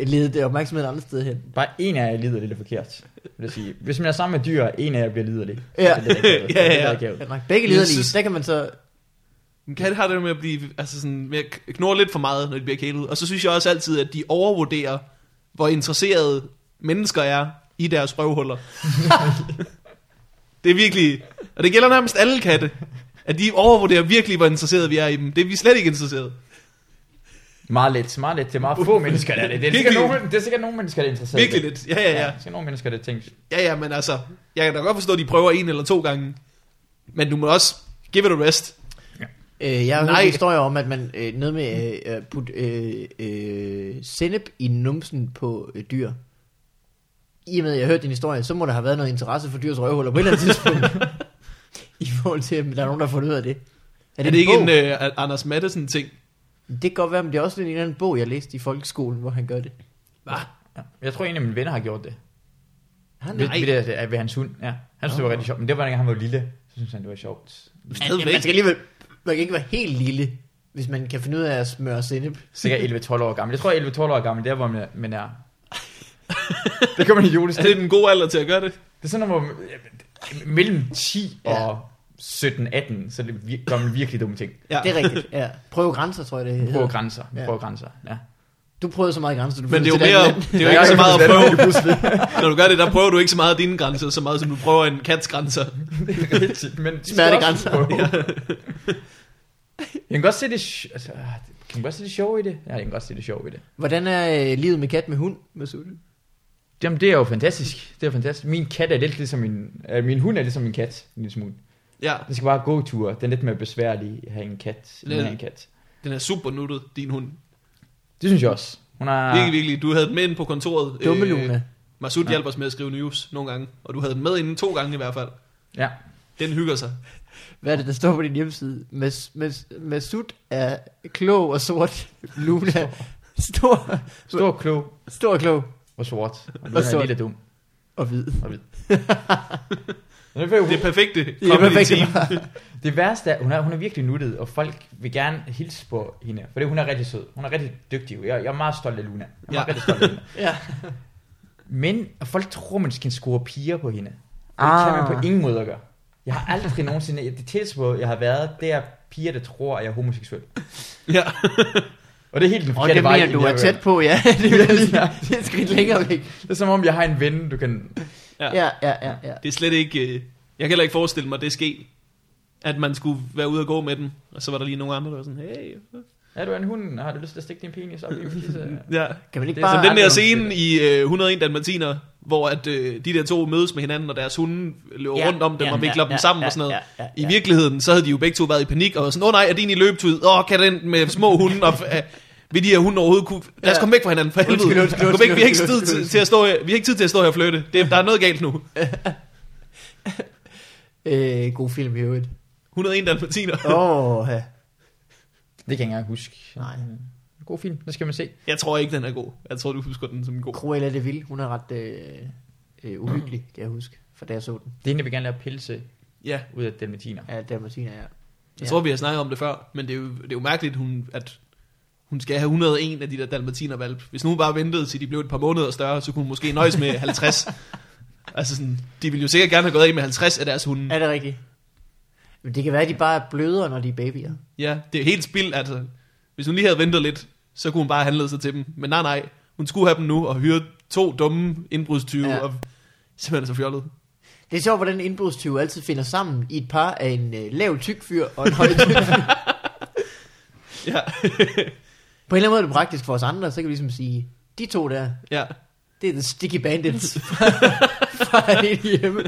B: ledet det opmærksomhed andre steder hen.
C: Bare en af jer lider lidt forkert. Vil jeg sige. Hvis man er sammen med dyr, og en af jer bliver liderlig. så
B: Ja.
C: er det lidt akavet.
A: [laughs] Ja, ja,
C: Det er
A: ja.
C: lidt akavet.
B: Ja, nej, begge
A: Jeg
B: lederlige,
A: synes-
B: synes... der kan man så...
A: Men katte har det jo med at blive, altså sådan, med at knurre lidt for meget, når de bliver kælet. Og så synes jeg også altid, at de overvurderer, hvor interesserede mennesker er i deres røvhuller. [laughs] det er virkelig, og det gælder nærmest alle katte, at de overvurderer virkelig, hvor interesserede vi er i dem. Det er vi slet ikke interesserede.
C: Meget lidt, meget lidt. Det er meget få mennesker, der er det. Det er, sikkert
A: Virkelig.
C: nogen, det er sikkert nogen mennesker, der er interesseret. i
A: Virkelig
C: det.
A: lidt. Ja, ja, ja.
C: Der er sikkert nogen mennesker, der tænker,
A: Ja, ja, men altså, jeg kan da godt forstå, at de prøver en eller to gange. Men du må også give it a rest.
B: Øh, jeg har hørt
A: Nej.
B: en historie om, at man øh, noget med øh, at putte øh, øh, sennep i numsen på øh, dyr. I og med, at jeg hørte din historie, så må der have været noget interesse for dyrs røvhuller på et eller
A: [laughs]
B: andet tidspunkt. I forhold til, at der er nogen, der har fundet ud af det.
A: Er det, er det ikke
B: bog?
A: en uh, Anders Madsen ting?
B: Det kan godt være, men det er også en eller anden bog, jeg læste i folkeskolen, hvor han gør det.
C: ja. jeg tror, en af mine venner har gjort det.
B: Han,
A: Ah,
C: Ved, ved, det, at- ved hans hund, ja. Han synes, det var rigtig sjovt. Men det var, dengang han var lille. Så synes han, det var sjovt.
B: man, man skal alligevel man kan ikke være helt lille, hvis man kan finde ud af at smøre sennep.
C: Sikkert 11-12 år gammel. Jeg tror, 11-12 år gammel, det er, hvor man,
A: [laughs]
C: man er. Det gør man i
A: Er
C: julestil.
A: det den gode alder til at gøre det?
C: Det er sådan, når man, mellem 10
B: Ja.
C: og 17-18, så er det vir- gør man virkelig dumme ting.
A: Ja.
B: Det er rigtigt, ja. Prøv grænser, tror jeg det
C: Vi prøver
B: hedder.
C: grænser. Vi
B: Ja.
C: prøver grænser, [laughs] ja.
B: Du prøvede så meget grænser, du
A: Men det er jo
B: flyttede til et
A: mere,
B: andet land.
A: det er jo ikke så meget at prøve.
C: pludselig.
A: [laughs] Når du gør det, der prøver du ikke så meget af dine grænser, så meget som du prøver en kats grænser.
C: Men de skal [laughs]
B: Smertegrænser.
C: også prøve. Jeg kan godt se det, sj- altså, ah, det- kan man godt se det sjove i det? Ja, jeg kan godt se det sjove i det.
B: Hvordan er øh, livet med kat med hund, Masoud?
C: Jamen, det er jo fantastisk. Det er jo fantastisk. Min kat er lidt ligesom min... Øh, min hund er ligesom min kat, en lille smule.
A: Ja,
C: Den skal bare gå ture. Den er lidt mere besværlig at have en kat, end at have en kat.
A: den er super nuttet, din hund.
C: Det synes jeg også. Hun er...
A: Virkelig, virkelig. Du havde den med ind på kontoret.
B: Ah.
A: Øh,
B: Dumme Luna.
A: Masud
C: Ja.
A: hjalp os med at skrive news nogle gange, og du havde den med inden to gange i hvert fald.
C: Ja.
A: Den hygger sig.
B: Hvad er det, der står på din hjemmeside? Mas, mas, Masud er klog og sort. [laughs] Luna stor,
C: Stor, klog
B: stor og klog
C: og sort. Og du
B: Og
C: er
B: sort.
C: lille og dum.
B: og hvid.
C: Og hvid. Men det, er,
A: Det er perfekte
B: Det er
A: comedy
B: perfekt.
A: team.
C: det værste er, hun er, hun er virkelig nuttet, og folk vil gerne hilse på hende. Fordi hun er rigtig sød. Hun er rigtig dygtig. Jeg, jeg er meget stolt af Luna. Jeg
A: Ja.
C: er ja. rigtig stolt af Luna.
B: [laughs] Ja.
C: Men og folk tror, man skal score piger på hende. Og det kan
B: Ah.
C: man på ingen måde at gøre. Jeg har aldrig nogensinde... Det tætteste på, jeg har været, det er piger, der tror, at jeg er homoseksuel.
A: Ja.
C: [laughs] Og det er helt den
B: Og
C: forkerte
B: det
C: vej.
B: mener du
C: jeg
B: er
C: vil-
B: tæt på, ja. [laughs] Det er, det er et skridt længere væk.
C: Det er som om, jeg har en ven, du kan...
A: Ja.
B: Ja, ja, ja, ja.
A: Det er slet ikke... øh, Jeg kan heller ikke forestille mig, at det ske, at man skulle være ude og gå med den, og så var der lige nogle andre, der var sådan, hey.
C: Er du en hund? Har du lyst til at stikke din
B: [laughs]
C: penis op i min fisse?
A: Ja.
B: Kan man ikke
C: Det er
B: bare...
A: Som
C: Ah,
A: den der
C: det var
A: scene i øh, 101 Dalmatiner, hvor at, øh, de der to mødes med hinanden, og deres hunde løber rundt om dem og vikler dem sammen og sådan noget.
B: Ja, ja,
A: I virkeligheden, så havde de jo begge to været i panik, og var sådan, åh nej, er det egentlig løbetid? Åh, kan den med små hunde, og øh, vil de her hunde overhovedet kunne... Lad os
B: Ja.
A: komme væk fra hinanden, for helvede.
B: Undskyld, undskyld,
A: Kom væk, vi har ikke
B: undskyld,
A: tid
B: undskyld,
A: til- til at stå her, vi har ikke tid til at stå her og flytte. Det, der er noget galt nu.
B: Øh, god film i øvrigt.
A: 101 Dalmatiner.
B: Åh, ja.
C: Det kan jeg ikke engang huske.
B: Nej.
C: God film, det skal man se.
A: Jeg tror ikke, den er god. Jeg tror, du husker den som god.
B: Cruella de Vil, hun er ret øh, øh, uhyggelig, kan jeg huske, for da jeg så den.
C: Det er en, jeg vil gerne lave pelse
A: Ja,
C: ud af dalmatiner.
B: Ja, der Martina er.
A: jeg tror, vi har snakket om det før, men det er jo, det er jo mærkeligt, hun, at hun skal have 101 af de der dalmatiner valp. Hvis nu hun bare ventede til de blev et par måneder større, så kunne hun måske nøjes med 50. Altså sådan, de ville jo sikkert gerne have gået af med 50 af deres hunde.
B: Er det rigtigt? Men det kan være, at de bare er blødere, når de er babyer.
A: Ja, det er helt spild, altså. Hvis hun lige havde ventet lidt, så kunne hun bare have handlet sig til dem. Men nej, nej, hun skulle have dem nu og hyre to dumme indbrudstyve
B: Ja.
A: ja. og simpelthen så fjollet.
B: Det er sjovt, hvordan indbrudstyve altid finder sammen i et par af en øh, lav tyk fyr og en høj tyk [laughs] fyr.
A: Ja,
B: På en eller anden måde er det praktisk for os andre, så kan vi ligesom sige, de to der,
A: ja.
B: det er the sticky bandits [laughs] fra, fra hele hjemme.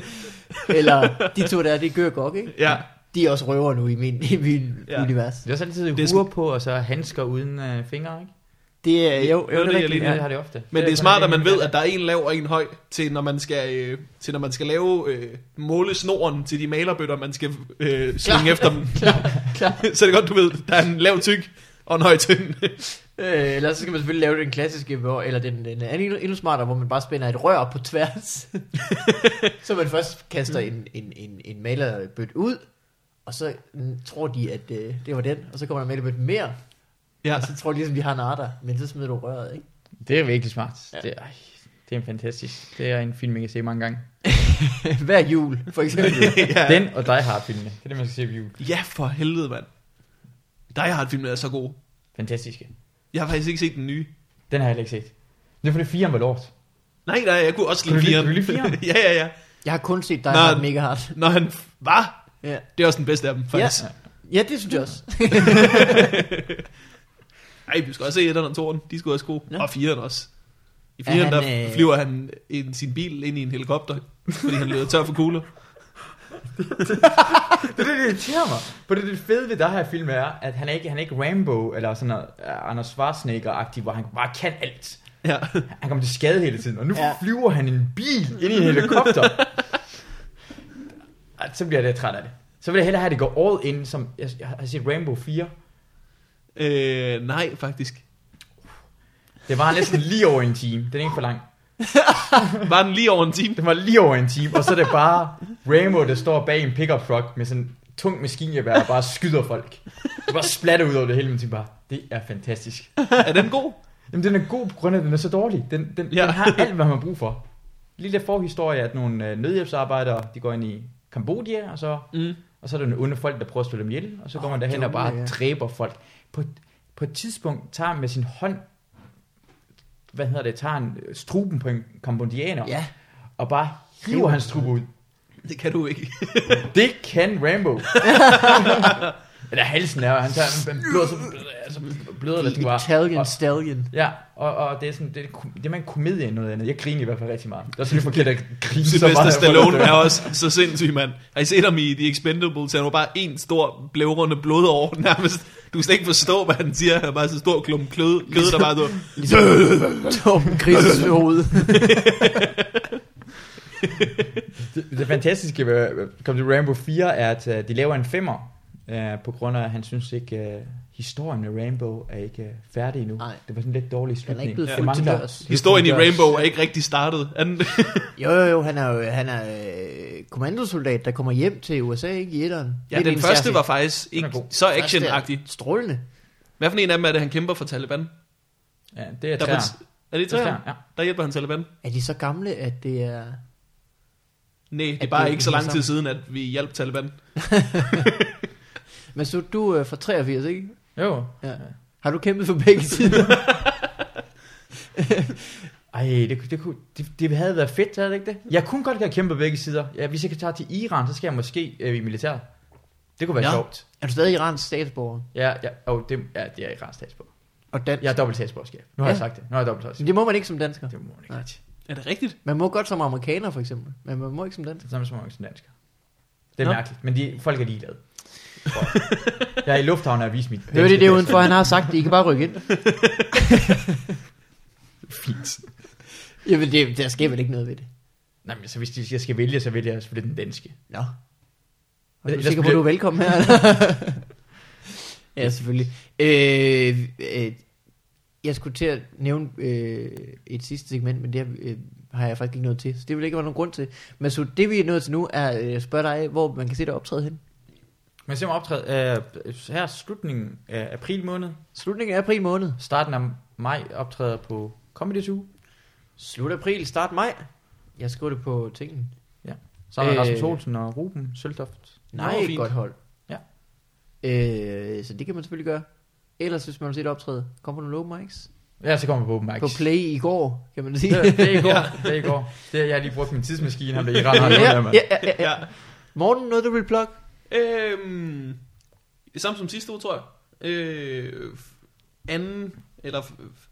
B: Eller de to der, det er Gør og Gok, ikke?
A: ja.
B: De er også røver nu i min, i min ja.
A: Ja.
B: univers.
C: Det er også altid
A: Det er
C: det huer på, og så handsker uden øh, fingre, ikke?
B: Det er jo,
A: det er
B: jo det,
A: jeg
B: er rigtigt.
A: lige-
C: Ja. Det
B: Ja.
C: har det ofte.
A: Men det er
C: kun
A: smart,
C: en
A: at man
C: enkelt,
A: ved, at der er en lav og en høj, til når man skal, øh, til når man skal lave, øh, måle snoren til de malerbøtter, man skal øh, svinge efter
C: [laughs]
A: dem.
B: [laughs] Klar.
A: [laughs] Så er det godt, du ved, der er en lav tyk og en høj tynd. [laughs]
B: Øh, eller så skal man selvfølgelig lave den klassiske, hvor, eller den, den er endnu, endnu smartere, hvor man bare spænder et rør på tværs. [laughs] så man først kaster en, en, en, en malerbøt ud, og så mm, tror de, at øh, det var den, og så kommer der en malerbøt mere,
A: ja.
B: og så tror de ligesom, de har en arter, men så smider du røret, ikke?
C: Det er virkelig smart.
B: Ja.
C: Ja. Det, er, ej, det er en fantastisk. Det er en film, jeg kan se mange gange.
B: [laughs] Hver jul, for
A: [laughs]
B: eksempel.
A: ja.
C: Ja. Den og Die Hard filmene. Det er det, man skal se på jul.
A: ja, for helvede, mand. Der har et film, der er så god.
C: Fantastiske.
A: Jeg har faktisk ikke set den nye.
C: Den har jeg heller ikke set. Det er fordi firen var lort.
A: Nej, nej, jeg kunne også lide
C: Kunne du lide-
A: firen.
C: kunne du lide firen?
A: ja, [laughs] ja, ja.
B: Jeg har kun set dig
A: Nå.
B: Hard Mega Hard.
A: Når han var,
B: Ja.
A: det er også den bedste af dem, faktisk.
B: Ja. ja, det synes jeg
A: [laughs]
B: også.
A: Ej, vi skal også se etteren og toren. De skulle også gode.
B: Nå.
A: Ja. Og fireren også. I
B: Er
A: fireren,
B: han,
A: der
B: øh,
A: flyver han i sin bil ind i en helikopter, fordi han løber tør for
B: [laughs]
A: kugler.
C: Det er det, der irriterer mig. For det, det fede ved det her film er, at han er ikke, han er ikke Rambo eller sådan noget uh, Anders Schwarzenegger-agtig, hvor han bare kan alt.
A: Ja.
C: Han kommer til skade hele tiden, og nu
B: Ja.
C: ja. flyver han en bil ind i en helikopter. Ej, så bliver jeg lidt træt af det. Så vil jeg hellere have, at det går all in, som jeg, jeg har set Rambo 4.
A: [laughs] Øh, nej, faktisk.
C: Det var næsten lige over en time. Den er ikke for lang.
A: Var den lige over en time?
C: Den var lige over en time, og så er det bare Rambo, der står bag en pickup truck med sådan en tung maskingevær og bare skyder folk. Det bare splatter ud over det hele, men tænker bare, det er fantastisk.
A: Er den god?
C: Jamen den er god på grund af, at den er så dårlig. Den, den,
A: Ja.
C: ja. den har alt, hvad man har brug for. Lille forhistorie, at nogle øh, nødhjælpsarbejdere, de går ind i Kambodja, og så,
A: Mm.
C: og så er der nogle onde folk, der prøver at slå dem ihjel, og så går
B: Åh,
C: man derhen
B: dumme,
C: og bare
B: ja.
C: dræber folk. På, på et tidspunkt tager han med sin hånd, hvad hedder det, tager han øh, struben på en kambodjaner,
B: ja.
C: og bare hiver hans strube ud.
A: Det kan du ikke.
C: Det kan
B: [laughs]
C: Rambo. [laughs] Eller halsen er, han tager han bløder, så, så bløder det, det
B: The
C: bare.
B: Italian
C: Og-
B: Stallion.
C: Ja, og, og det er sådan, det, er, ko- det er man komedie end noget andet. Jeg griner i hvert fald rigtig meget. Det er også lidt forkert at grine [laughs] så meget.
A: Sylvester
C: jeg får
A: Stallone
C: lyst til
A: er
C: at-
A: også så sindssyg, mand. Har I set ham i The Expendables? Han var bare en stor blævrende blod over [laughs] nærmest. Du kan slet ikke forstå, hvad han siger. Han er bare så stor klump kød, kød der bare du.
B: Ligesom [laughs] Torben Grises hoved.
C: Det, det fantastiske ved kom til Rambo 4 er, at øh, de laver en femmer, øh, på grund af, at han synes ikke, øh, historien med Rambo er ikke øh, færdig endnu.
B: Nej.
C: Det var sådan lidt dårlig
B: Han er ikke
C: slutning.
B: blevet
C: Det
B: fuldt til
C: mangler-
B: dørs.
A: Historien i Rainbow er ikke rigtig startet. Er den-
B: Jo, jo, jo, han er jo han er, øh, kommandosoldat, der kommer hjem til USA, ikke i etteren.
A: Ja,
B: Lidt
A: den
B: en
A: første
B: særlig-
A: var faktisk ikke
C: Den er god.
A: så
B: første er
A: actionagtig.
B: Strålende.
A: Hvad for en af dem er det, han kæmper for Taliban?
C: Ja, det er
A: Der
C: træer.
A: på- er det
C: Det
A: træer?
C: er træer, ja.
A: Der hjælper han Taliban.
B: Er de så gamle, at det er...
A: Nej, det er
B: At
A: bare
B: det-
A: ikke så
B: det er
A: lang tid siden, at vi hjalp Taliban.
B: Men så du er fra 83, ikke?
C: Jo.
B: Ja. Har du kæmpet for begge
A: [laughs]
B: sider?
C: Ej, det, det, kunne, det, det havde været fedt, havde det ikke det? Jeg kunne godt have kæmpet begge sider. Ja, hvis jeg kan tage til Iran, så skal jeg måske øh, i militæret. Det kunne være
A: Ja.
C: ja. sjovt.
B: er du stadig Irans statsborger?
C: Ja, ja, oh, det, ja, det er jeg ikke ret statsborger.
B: Og dansk?
C: Jeg er dobbelt statsborgerskab. Nu har
B: Ja.
C: ja. jeg sagt det. Nu er jeg dobbelt
B: Men
C: statsborger.
B: det må man ikke som dansker.
C: Det må man ikke.
B: Nej.
A: Er det rigtigt?
B: Man må godt som amerikaner, for eksempel. Men man må ikke som dansker.
C: Det er samme som mange som dansker. Det er
A: Nå.
C: mærkeligt, men de, folk er ligeglade. Tror jeg. jeg er i lufthavnen og viser mit
B: Hør det,
C: danske
B: det er
C: pas.
B: udenfor, han har sagt det. I kan bare rykke
A: [laughs]
B: ind.
C: Fint.
B: Jamen, det, der sker vel ikke noget ved det.
C: Nej, men så hvis de, jeg skal vælge, så vælger jeg selvfølgelig den danske.
B: Nå. Og er du
C: Ellers
B: sikker på,
C: bliver-
B: du er velkommen her? [laughs] ja, selvfølgelig. Øh, øh, jeg skulle til at nævne øh, et sidste segment, men det har, øh, har jeg faktisk ikke noget til, så det vil ikke være nogen grund til. Men så det vi er nået til nu, er at øh, spørge dig, hvor man kan se dig optræde hen.
C: Men så må optræde øh, her slutningen af april måned.
B: Slutningen af april måned.
C: Starten af maj optræder på Comedy Zoo.
B: Slut april, start maj. Jeg skriver det på tingen.
C: Så er der
B: Øh.
C: Rasmus Olsen og Ruben Søltoft.
B: Nej,
A: Nå,
B: et
A: fint.
B: godt hold.
C: Ja.
B: Øh, så det kan man selvfølgelig gøre. Ellers hvis man vil se et optræde, kom på nogle open mics.
C: Ja, så kommer vi på open mics.
B: På Play i går, kan man sige.
C: Det, det er i [laughs] går. Det er i går. Det, er- jeg har lige brugt min tidsmaskine, han blev i rand.
B: ja, ja, ja, ja.
A: Ja.
B: Morten, noget du vil plukke?
A: Øhm, samme som sidste uge, tror jeg. Øh, anden, eller f- f-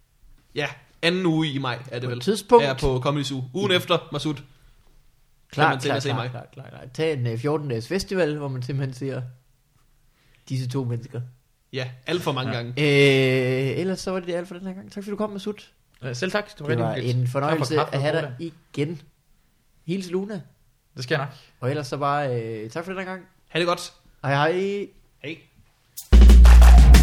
A: ja, anden uge i maj er det
B: På
A: vel.
B: et tidspunkt.
A: Er på Comedy Zoo. Ugen efter, Masud. Kan
B: Klar,
A: man tænke
B: klar,
A: at se
B: klar,
A: mig?
B: klar, klar, klar. Tag en øh, 14-dages festival, hvor man simpelthen ser disse to mennesker.
A: Ja, alt for mange ja.
C: Ja.
A: gange.
B: Øh, ellers så var det det alt for den her gang. Tak fordi du kom, Masud.
C: Ja. Øh, Selv tak. Det var,
B: Det
C: rigtig
B: var
C: hyggeligt.
B: en fornøjelse
C: kaffe
B: at
C: og
B: have
C: cola.
B: dig igen. Hils Luna.
C: Det sker nok.
B: Og ellers så bare øh, tak for den her gang.
A: Ha' det godt.
B: Hej hej.
A: Hej.